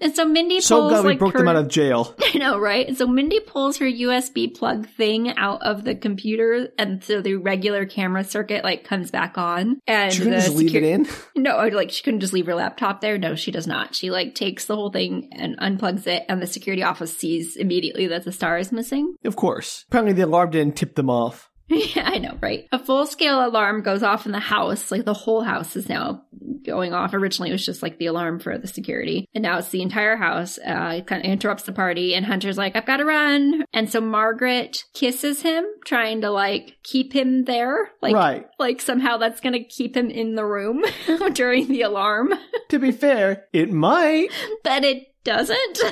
B: and so Mindy pulls
A: So glad we
B: like
A: broke them
B: her-
A: out of jail.
B: I know, right? And So Mindy pulls her USB plug thing out of the computer, and so the regular camera circuit like comes back on. And uh,
A: Should we
B: the
A: just leave it
B: secu-
A: in?
B: No, like she couldn't just leave her laptop there. No, she does not. She like takes the whole thing and unplugs it, and the security office sees immediately that the star is missing.
A: Of course. Apparently the alarm didn't tip them off.
B: yeah, I know, right? A full scale alarm goes off in the house. Like the whole house is now going off. Originally, it was just like the alarm for the security, and now it's the entire house. Uh, it kind of interrupts the party, and Hunter's like, "I've got to run." And so Margaret kisses him, trying to like keep him there, like
A: right.
B: like somehow that's gonna keep him in the room during the alarm,
A: To be fair, it might.
B: but it doesn't.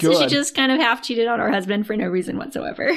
B: So she
A: Good.
B: just kind of half cheated on her husband for no reason whatsoever.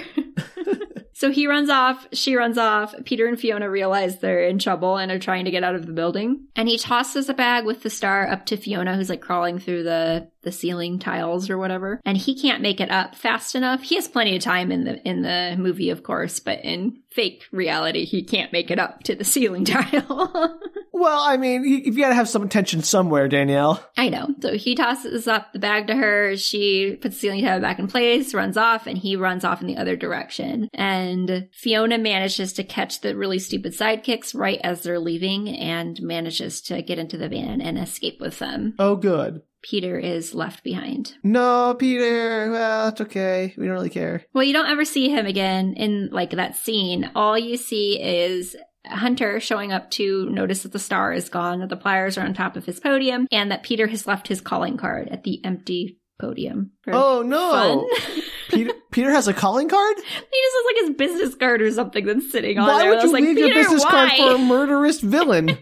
B: so he runs off, she runs off. Peter and Fiona realize they're in trouble and are trying to get out of the building. And he tosses a bag with the star up to Fiona, who's like crawling through the the ceiling tiles or whatever. And he can't make it up fast enough. He has plenty of time in the in the movie, of course, but in fake reality, he can't make it up to the ceiling tile.
A: Well, I mean, you, you've got to have some attention somewhere, Danielle.
B: I know. So he tosses up the bag to her. She puts the ceiling tile back in place, runs off, and he runs off in the other direction. And Fiona manages to catch the really stupid sidekicks right as they're leaving and manages to get into the van and escape with them.
A: Oh, good.
B: Peter is left behind.
A: No, Peter. Well, it's okay. We don't really care.
B: Well, you don't ever see him again in like that scene. All you see is Hunter showing up to notice that the star is gone, that the pliers are on top of his podium, and that Peter has left his calling card at the empty podium. for
A: Oh no,
B: fun.
A: Peter. Peter has a calling card.
B: He just has like his business card or something that's sitting on
A: Why
B: there.
A: would
B: I
A: you
B: was like,
A: leave
B: Peter,
A: your business
B: why?
A: card for a murderous villain?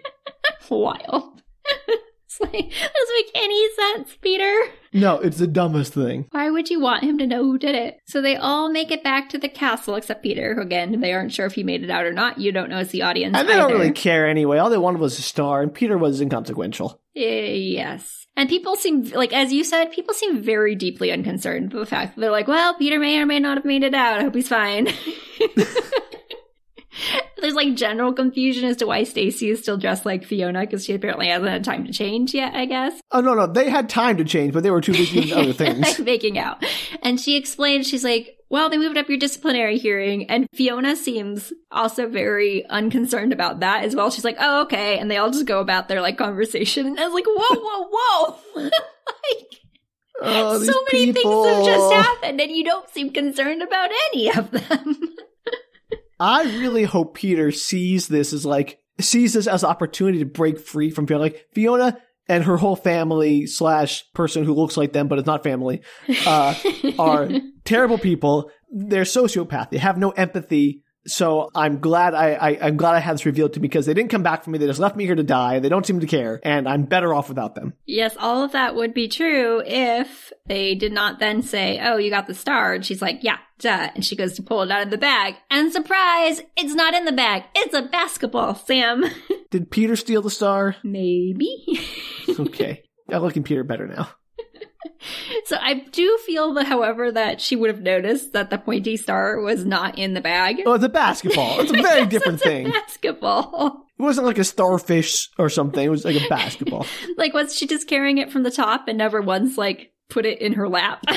B: Wild. it's like, that doesn't make any sense, Peter.
A: no, it's the dumbest thing.
B: Why would you want him to know who did it? So they all make it back to the castle except Peter. who, Again, they aren't sure if he made it out or not. You don't know as the audience.
A: And they don't
B: either.
A: really care anyway. All they wanted was a star, and Peter was inconsequential.
B: Eh, yes. And people seem like, as you said, people seem very deeply unconcerned with the fact that they're like, well, Peter may or may not have made it out. I hope he's fine. There's like general confusion as to why Stacy is still dressed like Fiona because she apparently hasn't had time to change yet, I guess.
A: Oh no, no, they had time to change, but they were too busy with other
B: like
A: things.
B: making out. And she explains, she's like, well, they moved up your disciplinary hearing. And Fiona seems also very unconcerned about that as well. She's like, oh, okay. And they all just go about their like conversation. And I was like, whoa, whoa, whoa. like,
A: Oh, these
B: so many
A: people.
B: things have just happened and you don't seem concerned about any of them.
A: I really hope Peter sees this as like sees this as an opportunity to break free from Fiona. Like Fiona and her whole family slash person who looks like them but is not family uh, are terrible people. They're sociopath. They have no empathy. So I'm glad I, I I'm glad I had this revealed to me because they didn't come back for me. They just left me here to die. They don't seem to care, and I'm better off without them.
B: yes, all of that would be true if they did not then say, Oh, you got the star. And she's like, Yeah, duh. And she goes to pull it out of the bag. And surprise, it's not in the bag. It's a basketball, Sam.
A: Did Peter steal the star?
B: Maybe.
A: Okay, I'm liking Peter better now.
B: so I do feel that, however, that she would have noticed that the pointy star was not in the bag.
A: Oh, it's a basketball. It's a very different
B: It's a
A: thing.
B: basketball.
A: It wasn't like a starfish or something. It was like a basketball.
B: Like, was she just carrying it from the top and never once, like, put it in her lap?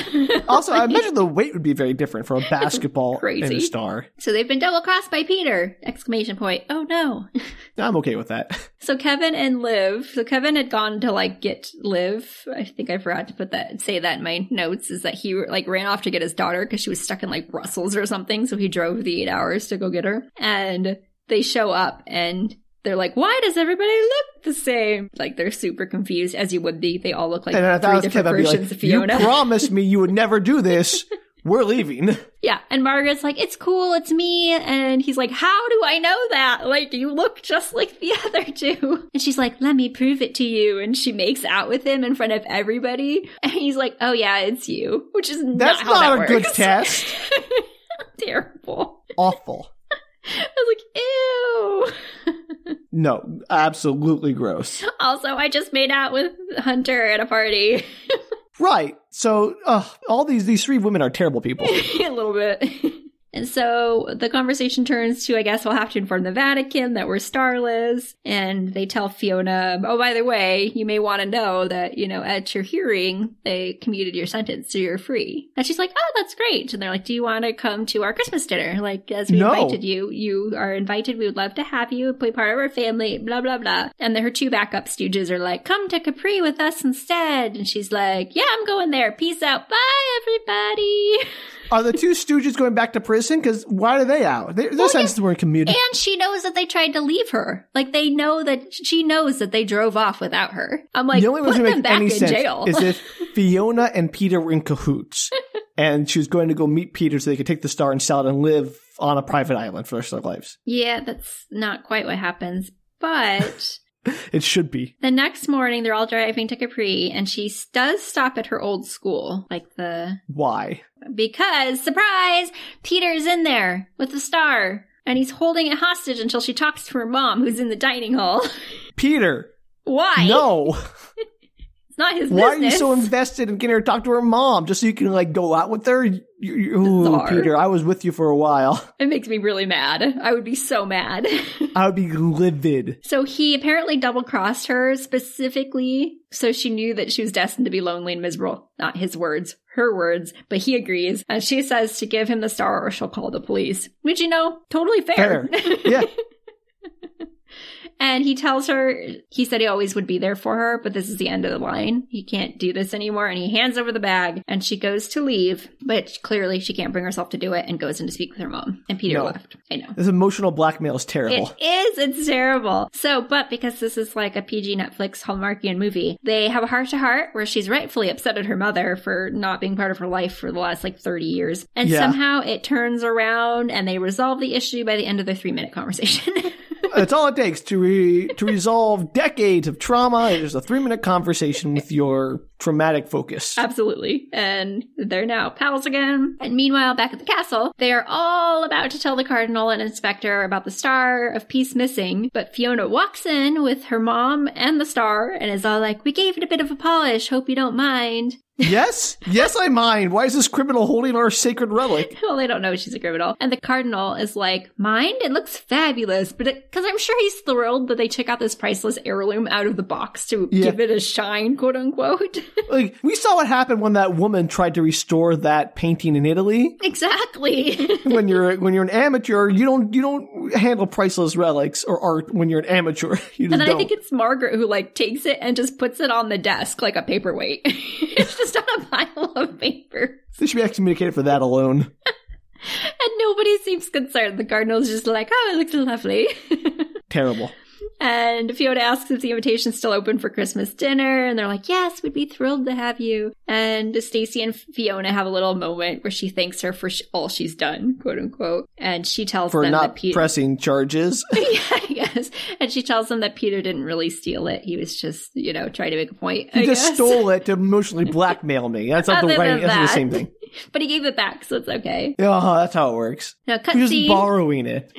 A: Also, I imagine the weight would be very different for a basketball and
B: Crazy.
A: a star.
B: so they've been double crossed by Peter! Exclamation point. Oh no.
A: I'm okay with that.
B: So Kevin and Liv, so Kevin had gone to, like, get Liv. I think I forgot to put that, say that in my notes, is that he, like, ran off to get his daughter because she was stuck in, like, Brussels or something. So he drove the eight hours to go get her. And they show up and they're like, why does everybody look the same? Like, they're super confused, as you would be. They all look like
A: and I
B: three
A: thought Kevin
B: different
A: would be
B: versions of
A: like, "You
B: Fiona.
A: promised me you would never do this. We're leaving."
B: Yeah, and Margaret's like, "It's cool, it's me," and he's like, "How do I know that? Like, you look just like the other two." And she's like, "Let me prove it to you," and she makes out with him in front of everybody, and he's like, "Oh yeah, it's you," which is
A: That's
B: not, how
A: not
B: that
A: a good
B: works.
A: test.
B: Terrible.
A: Awful.
B: I was like, "Ew."
A: No, absolutely gross.
B: also, I just made out with Hunter at a party
A: Right. So, uh, all these these three women are terrible people.
B: a little bit. And so the conversation turns to, I guess we'll have to inform the Vatican that we're starless. And they tell Fiona, oh, by the way, you may want to know that, you know, at your hearing, they commuted your sentence, so you're free. And she's like, oh, that's great. And they're like, do you want to come to our Christmas dinner? Like, as we
A: No.
B: invited you, you are invited. We would love to have you be part of our family, blah, blah, blah. And then her two backup stooges are like, come to Capri with us instead. And she's like, yeah, I'm going there. Peace out. Bye, everybody.
A: Are the two Stooges going back to prison? Because why are they out? They, their sentences weren't commuted.
B: And she knows that they tried to leave her. Like they know that she knows that they drove off without her. I'm like,
A: the only way
B: put
A: to
B: them
A: make
B: back
A: any
B: in
A: sense
B: jail.
A: is if Fiona and Peter were in cahoots, and she was going to go meet Peter so they could take the star and sell it and live on a private island for the rest of their lives.
B: yeah, that's not quite what happens. But
A: It should be.
B: the next morning, they're all driving to Capri, and she s- does stop at her old school, like the
A: Why?
B: because surprise, Peter's in there with the star, and he's holding it hostage until she talks to her mom, who's in the dining hall.
A: Peter,
B: Why?
A: no.
B: it's not his
A: Why are you
B: business.
A: so invested in getting her to talk to her mom just so you can like go out with her? You- you- ooh,
B: Bizarre.
A: Peter, I was with you for a while.
B: it makes me really mad. I would be so mad.
A: I would be livid.
B: So he apparently double crossed her specifically so she knew that she was destined to be lonely and miserable. Not his words, her words, but he agrees. And she says to give him the star or she'll call the police, which, you know, totally fair.
A: Yeah.
B: and he tells her, he said he always would be there for her, but this is the end of the line. He can't do this anymore. And he hands over the bag and she goes to leave, but clearly she can't bring herself to do it and goes in to speak with her mom. And Peter
A: No.
B: left. I know.
A: This emotional blackmail is terrible.
B: It is. It's terrible. So, but because this is like a PG Netflix Hallmarkian movie, they have a heart to heart where she's rightfully upset at her mother for not being part of her life for the last like 30 years. And
A: Yeah.
B: somehow it turns around and they resolve the issue by the end of the three minute conversation.
A: That's all it takes to re- to resolve decades of trauma. It is a three minute conversation with your traumatic focus.
B: Absolutely. And they're now pals again. And meanwhile, back at the castle, they are all about to tell the cardinal and inspector about the star of peace missing. But Fiona walks in with her mom and the star and is all like, We gave it a bit of a polish. Hope you don't mind.
A: yes, yes, I mind. Why is this criminal holding our sacred relic?
B: Well, they don't know she's a criminal. And the cardinal is like, Mind? It looks fabulous. But because I'm sure he's thrilled that they took out this priceless heirloom out of the box to
A: Yeah.
B: give it a shine, quote unquote.
A: like we saw what happened when that woman tried to restore that painting in Italy.
B: Exactly.
A: When you're when you're an amateur, you don't you don't handle priceless relics or art when you're an amateur. You just
B: and then I
A: don't.
B: think it's Margaret who like takes it and just puts it on the desk like a paperweight. it's just on a pile of paper.
A: they should be excommunicated for that alone.
B: And nobody seems concerned. The cardinal's just like, oh, it looks lovely.
A: Terrible.
B: and Fiona asks if the invitation's still open for Christmas dinner. And they're like, yes, we'd be thrilled to have you. And Stacy and Fiona have a little moment where she thanks her for sh- all she's done, quote unquote. And she tells
A: For
B: them
A: not
B: that Peter.
A: pressing charges.
B: yeah, yes. And she tells them that Peter didn't really steal it. He was just, you know, trying to make a point.
A: He
B: I
A: just
B: guess.
A: stole it to emotionally blackmail me. That's not the
B: Other
A: right.
B: than
A: That's not the
B: that.
A: same thing.
B: But he gave it back, so it's okay.
A: Yeah, uh-huh, that's how it works.
B: Now,
A: You're just
B: cutscene,
A: borrowing it.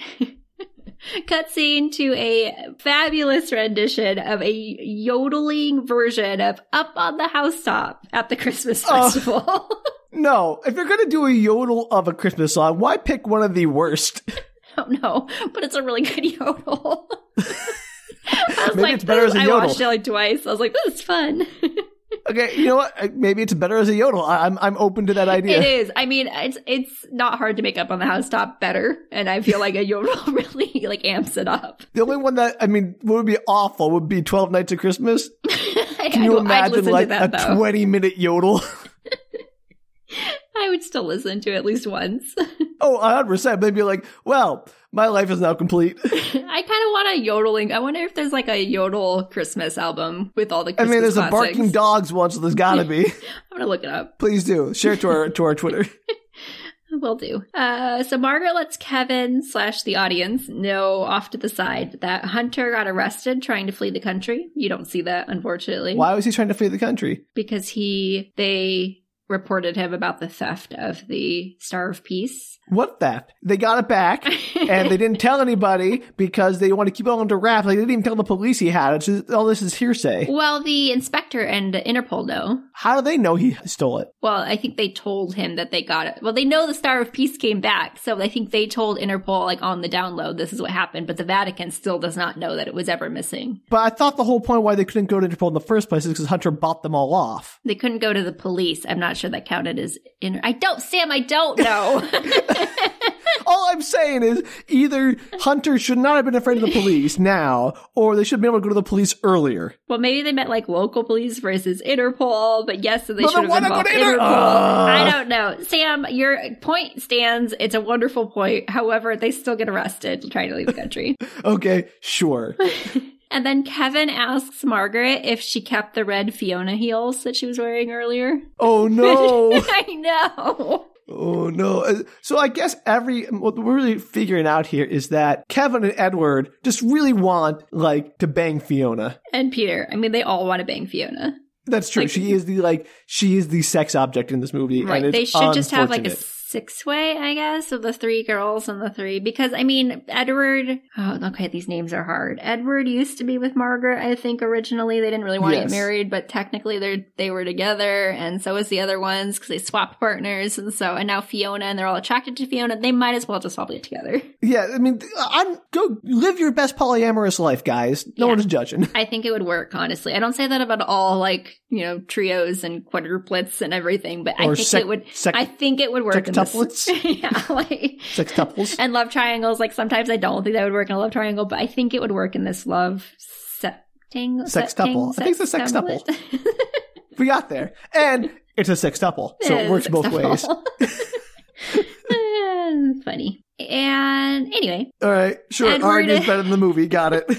B: cutscene to a fabulous rendition of a yodeling version of "Up on the Housetop" at the Christmas
A: Oh.
B: festival.
A: No, if you're gonna do a yodel of a Christmas song, why pick one of the worst?
B: I don't know, but it's a really good yodel. I was
A: Maybe
B: like,
A: it's better
B: this-
A: as a
B: I
A: yodel.
B: watched it like twice. I was like, this is fun.
A: Okay, you know what? Uh, Maybe it's better as a yodel. I- I'm I'm open to that idea.
B: It is. I mean, it's it's not hard to make up on the housetop better, and I feel like a yodel really like amps it up.
A: The only one that I mean would be awful would be Twelve Nights of Christmas. Can
B: Can
A: you imagine like
B: that,
A: a
B: though.
A: twenty minute yodel?
B: I would still listen to it at least once.
A: oh, hundred percent. They'd be like, "Well, my life is now complete."
B: I kind of want a yodeling. I wonder if there's like a yodel Christmas album with all the
A: I
B: Christmas
A: mean, there's a
B: classics.
A: barking dogs one, so there's gotta be.
B: I'm gonna look it up.
A: Please do share it to our to our Twitter.
B: Will do. Uh, so Margaret lets Kevin slash the audience know off to the side that Hunter got arrested trying to flee the country. You don't see that, unfortunately,
A: Why was he trying to flee the country?
B: because he they reported him about the theft of the Star of Peace.
A: What theft? They got it back. and they didn't tell anybody because they want to keep it all under wraps. Like they didn't even tell the police he had it. It's just- all this is hearsay.
B: well, the inspector and the Interpol know
A: How do they know he stole it?
B: Well, I think they told him that they got it. Well, they know the Star of Peace came back, so I think they told Interpol like on the download this is what happened, but the Vatican still does not know that it was ever missing.
A: But I thought the whole point why they couldn't go to Interpol in the first place is because Hunter bought them all off.
B: They couldn't go to the police. I'm not sure that counted as inter. I don't, Sam. I don't know.
A: All I'm saying is either Hunter should not have been afraid of the police now, or they should have been able to go to the police earlier.
B: well, maybe they meant like local police versus Interpol, but yes, so they
A: But
B: should
A: then why
B: have
A: not go
B: involved
A: to Uh.
B: Interpol.
A: Inter-
B: I
A: Ugh.
B: don't know, Sam. Your point stands. It's a wonderful point. However, they still get arrested trying to leave the country.
A: Okay, sure.
B: And then Kevin asks Margaret if she kept the red Fiona heels that she was wearing earlier.
A: Oh no.
B: I know.
A: Oh no! Uh, So I guess every what we're really figuring out here is that Kevin and Edward just really want like to bang Fiona.
B: And Peter, I mean, they all want to bang Fiona.
A: That's true.
B: Like-
A: she is the like she is the sex object in this movie.
B: Right.
A: And it's
B: They should just have like a
A: unfortunate.
B: six way, I guess, of the three girls and the three. Because, I mean, Edward, oh, okay, these names are hard. Edward used to be with Margaret, I think, originally. They didn't really want to
A: Yes.
B: get married, but technically they they were together. And so was the other ones because they swapped partners. And so, and now Fiona, and they're all attracted to Fiona. They might as well just all be together.
A: yeah. I mean, I'm go live your best polyamorous life, guys. No
B: Yeah.
A: one's judging.
B: I think it would work, honestly. I don't say that about all like, you know, trios and quadruplets and everything, but I
A: Or
B: think
A: sec-
B: it would
A: sec-
B: I think it would work in this.
A: sextuplets?
B: yeah, like
A: Sextuples.
B: and love triangles, like sometimes I don't think that would work in a love triangle, but I think it would work in this love septing
A: Sextuple.
B: septing-
A: I think it's a sextuple.
B: sextuplet.
A: we got there, and it's a sextuple, so it
B: Yeah,
A: works both ways.
B: sextuple. Uh, Funny. And anyway,
A: All right, sure.
B: Edward-
A: Arg is better than the movie. Got it.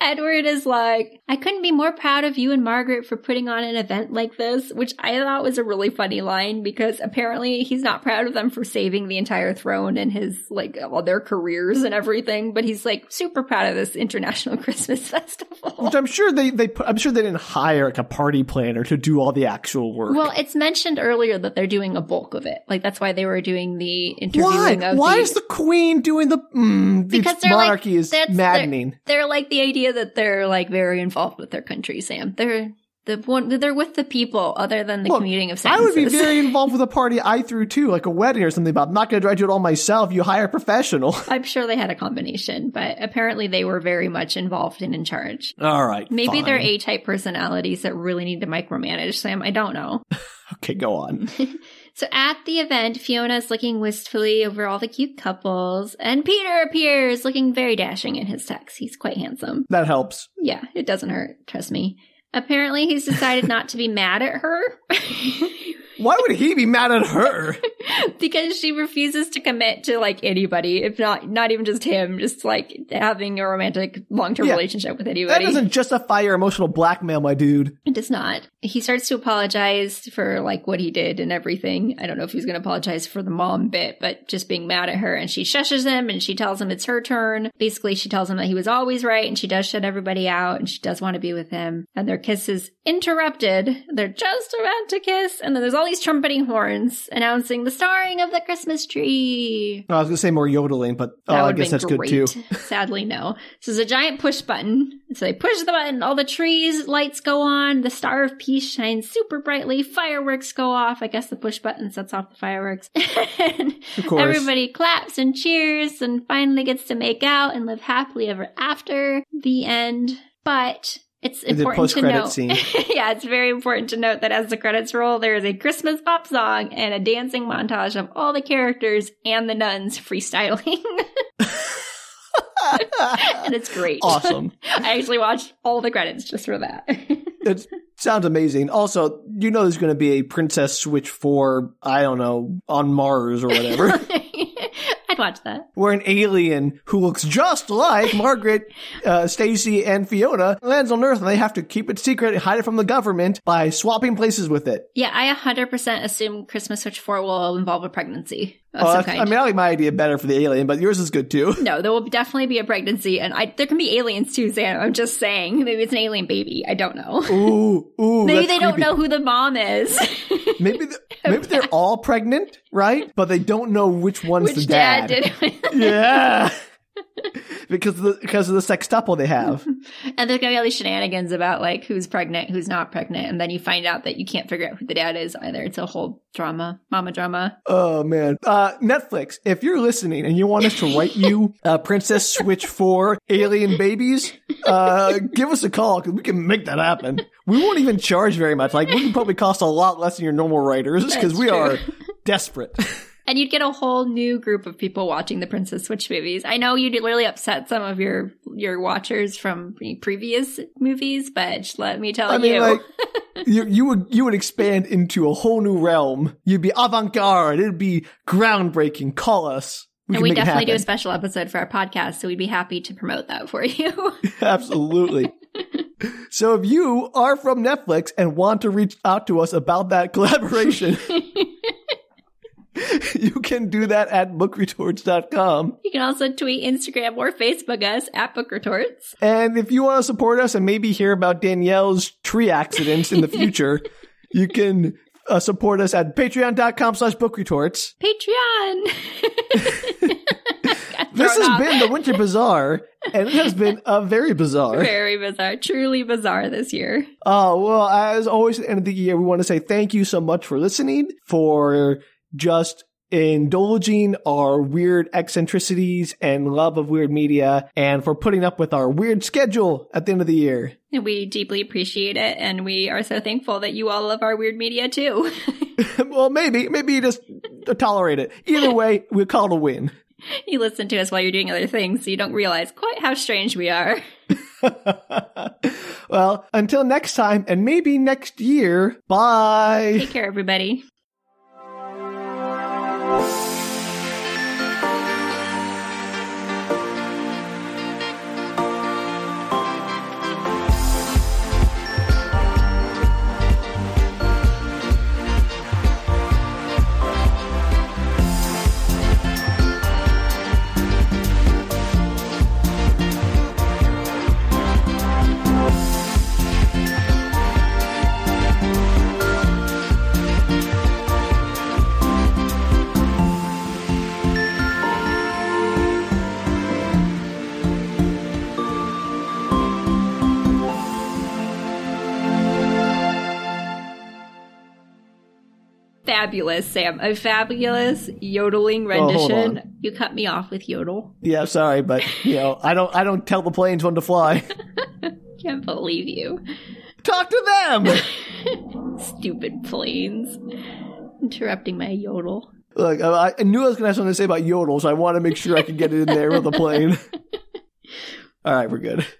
B: Edward is like, I couldn't be more proud of you and Margaret for putting on an event like this, which I thought was a really funny line because apparently he's not proud of them for saving the entire throne and his, like, all their careers and everything, but he's like super proud of this international Christmas festival.
A: Which I'm sure they they put, I'm sure they didn't hire like a party planner to do all the actual work.
B: Well, it's mentioned earlier that they're doing a bulk of it. Like, that's why they were doing the
A: Why?
B: interviewing of
A: Why
B: the-
A: is the queen doing the? Mm, the
B: Because they're like-
A: monarchy is
B: that's their-
A: maddening.
B: they're like the idea that they're like very involved with their country, Sam. They're the one they're with the people other than the
A: Look,
B: commuting of
A: I
B: sentences.
A: would be very involved with a party I threw too, like a wedding or something, but I'm not going to try to do it all myself. You hire a professional.
B: I'm sure they had a combination, but apparently they were very much involved and in charge.
A: All right.
B: Maybe
A: fine.
B: they're A type personalities that really need to micromanage Sam. I don't know.
A: Okay, go on.
B: So at the event, Fiona is looking wistfully over all the cute couples, and Peter appears looking very dashing in his tux. He's quite handsome.
A: That helps.
B: Yeah, it doesn't hurt. Trust me. Apparently, he's decided not to be mad at her
A: Why would he be mad at her?
B: because she refuses to commit to like anybody, if not not even just him, just like having a romantic long term
A: Yeah.
B: relationship with
A: That
B: anybody.
A: doesn't justify your emotional blackmail, my dude.
B: It does not. He starts to apologize for like what he did and everything. I don't know if he's going to apologize for the mom bit, but just being mad at her. And she shushes him and she tells him it's her turn. Basically, she tells him that he was always right and she does shut everybody out and she does want to be with him. And their kiss is interrupted. They're just about to kiss. And then there's all these trumpeting horns announcing the starring of the Christmas tree.
A: I was going to say more yodeling, but oh, I
B: would've
A: guess
B: been
A: that's good too.
B: Sadly, no. So there's a giant push button. So they push the button, all the trees, lights go on, the star of peace shines super brightly, fireworks go off. I guess the push button sets off the fireworks. and
A: Of course.
B: everybody claps and cheers and finally gets to make out and live happily ever after. The end. But it's
A: And the
B: important to
A: post-credit
B: note.
A: scene.
B: yeah, it's very important to note that as the credits roll, there is a Christmas pop song and a dancing montage of all the characters and the nuns freestyling. and it's great.
A: awesome.
B: I actually watched all the credits just for that.
A: It sounds amazing. Also, you know there's going to be a Princess Switch 4, I don't know, on Mars or whatever,
B: I'd watch that.
A: where an alien who looks just like Margaret, uh, Stacy, and Fiona lands on Earth and they have to keep it secret and hide it from the government by swapping places with it.
B: Yeah, I 100% assume Christmas Switch 4 will involve a pregnancy of
A: Oh,
B: some
A: that's-
B: kind.
A: I mean, I like my idea better for the alien, but yours is good too.
B: no, there will definitely be a pregnancy, and I, there can be aliens too, Sam. I'm just saying. Maybe it's an alien baby. I don't know.
A: Ooh, ooh.
B: Maybe
A: that's
B: they don't
A: creepy.
B: know who the mom is.
A: Maybe th- maybe they're all pregnant, right? But they don't know which one's the
B: Which dad did it.
A: yeah. because of the because of the sextuple they have.
B: And there's gonna be all these shenanigans about like who's pregnant, who's not pregnant, and then you find out that you can't figure out who the dad is either. It's a whole drama, mama drama.
A: Oh man. Uh Netflix, if you're listening and you want us to write you uh Princess Switch 4 Alien Babies, uh give us a call cuz we can make that happen. We won't even charge very much. Like we can probably cost a lot less than your normal writers cuz
B: That's
A: we
B: true.
A: are desperate.
B: And you'd get a whole new group of people watching the Princess Switch movies. I know you'd really upset some of your your watchers from pre- previous movies, but just let me tell
A: I mean
B: you,
A: like you, you would you would expand into a whole new realm. You'd be avant-garde. It'd be groundbreaking. Call us. We
B: and
A: can
B: we
A: make it
B: definitely do a
A: happen.
B: special episode for our podcast, so we'd be happy to promote that for you.
A: Absolutely. so if you are from Netflix and want to reach out to us about that collaboration, you can do that at bookretorts.com.
B: you can also tweet, Instagram, or Facebook us at Book Retorts.
A: And if you want to support us and maybe hear about Danielle's tree accidents in the future, you can uh, support us at patreon.com slash bookretorts.
B: Patreon. Got
A: This
B: thrown
A: has
B: off.
A: been the Winter Bazaar, and it has been a very bizarre.
B: very bizarre, truly bizarre this year.
A: Oh, well, as always, at the end of the year, we want to say thank you so much for listening, for just indulging our weird eccentricities and love of weird media, and for putting up with our weird schedule at the end of the year.
B: And we deeply appreciate it. And we are so thankful that you all love our weird media too.
A: well, maybe, maybe you just tolerate it. Either way, we call it a win.
B: you listen to us while you're doing other things, so you don't realize quite how strange we are.
A: well, until next time, and maybe next year, bye.
B: Take care, everybody. fabulous, Sam. A fabulous yodeling
A: Oh, hold
B: rendition.
A: on.
B: you cut me off with yodel.
A: Yeah, sorry, but you know, I don't I don't tell the planes when to fly.
B: Can't believe you.
A: Talk to them.
B: Stupid planes. Interrupting my yodel.
A: Look, I, I knew I was going to have something to say about yodel, so I want to make sure I could get it in there with a plane. All right, we're good.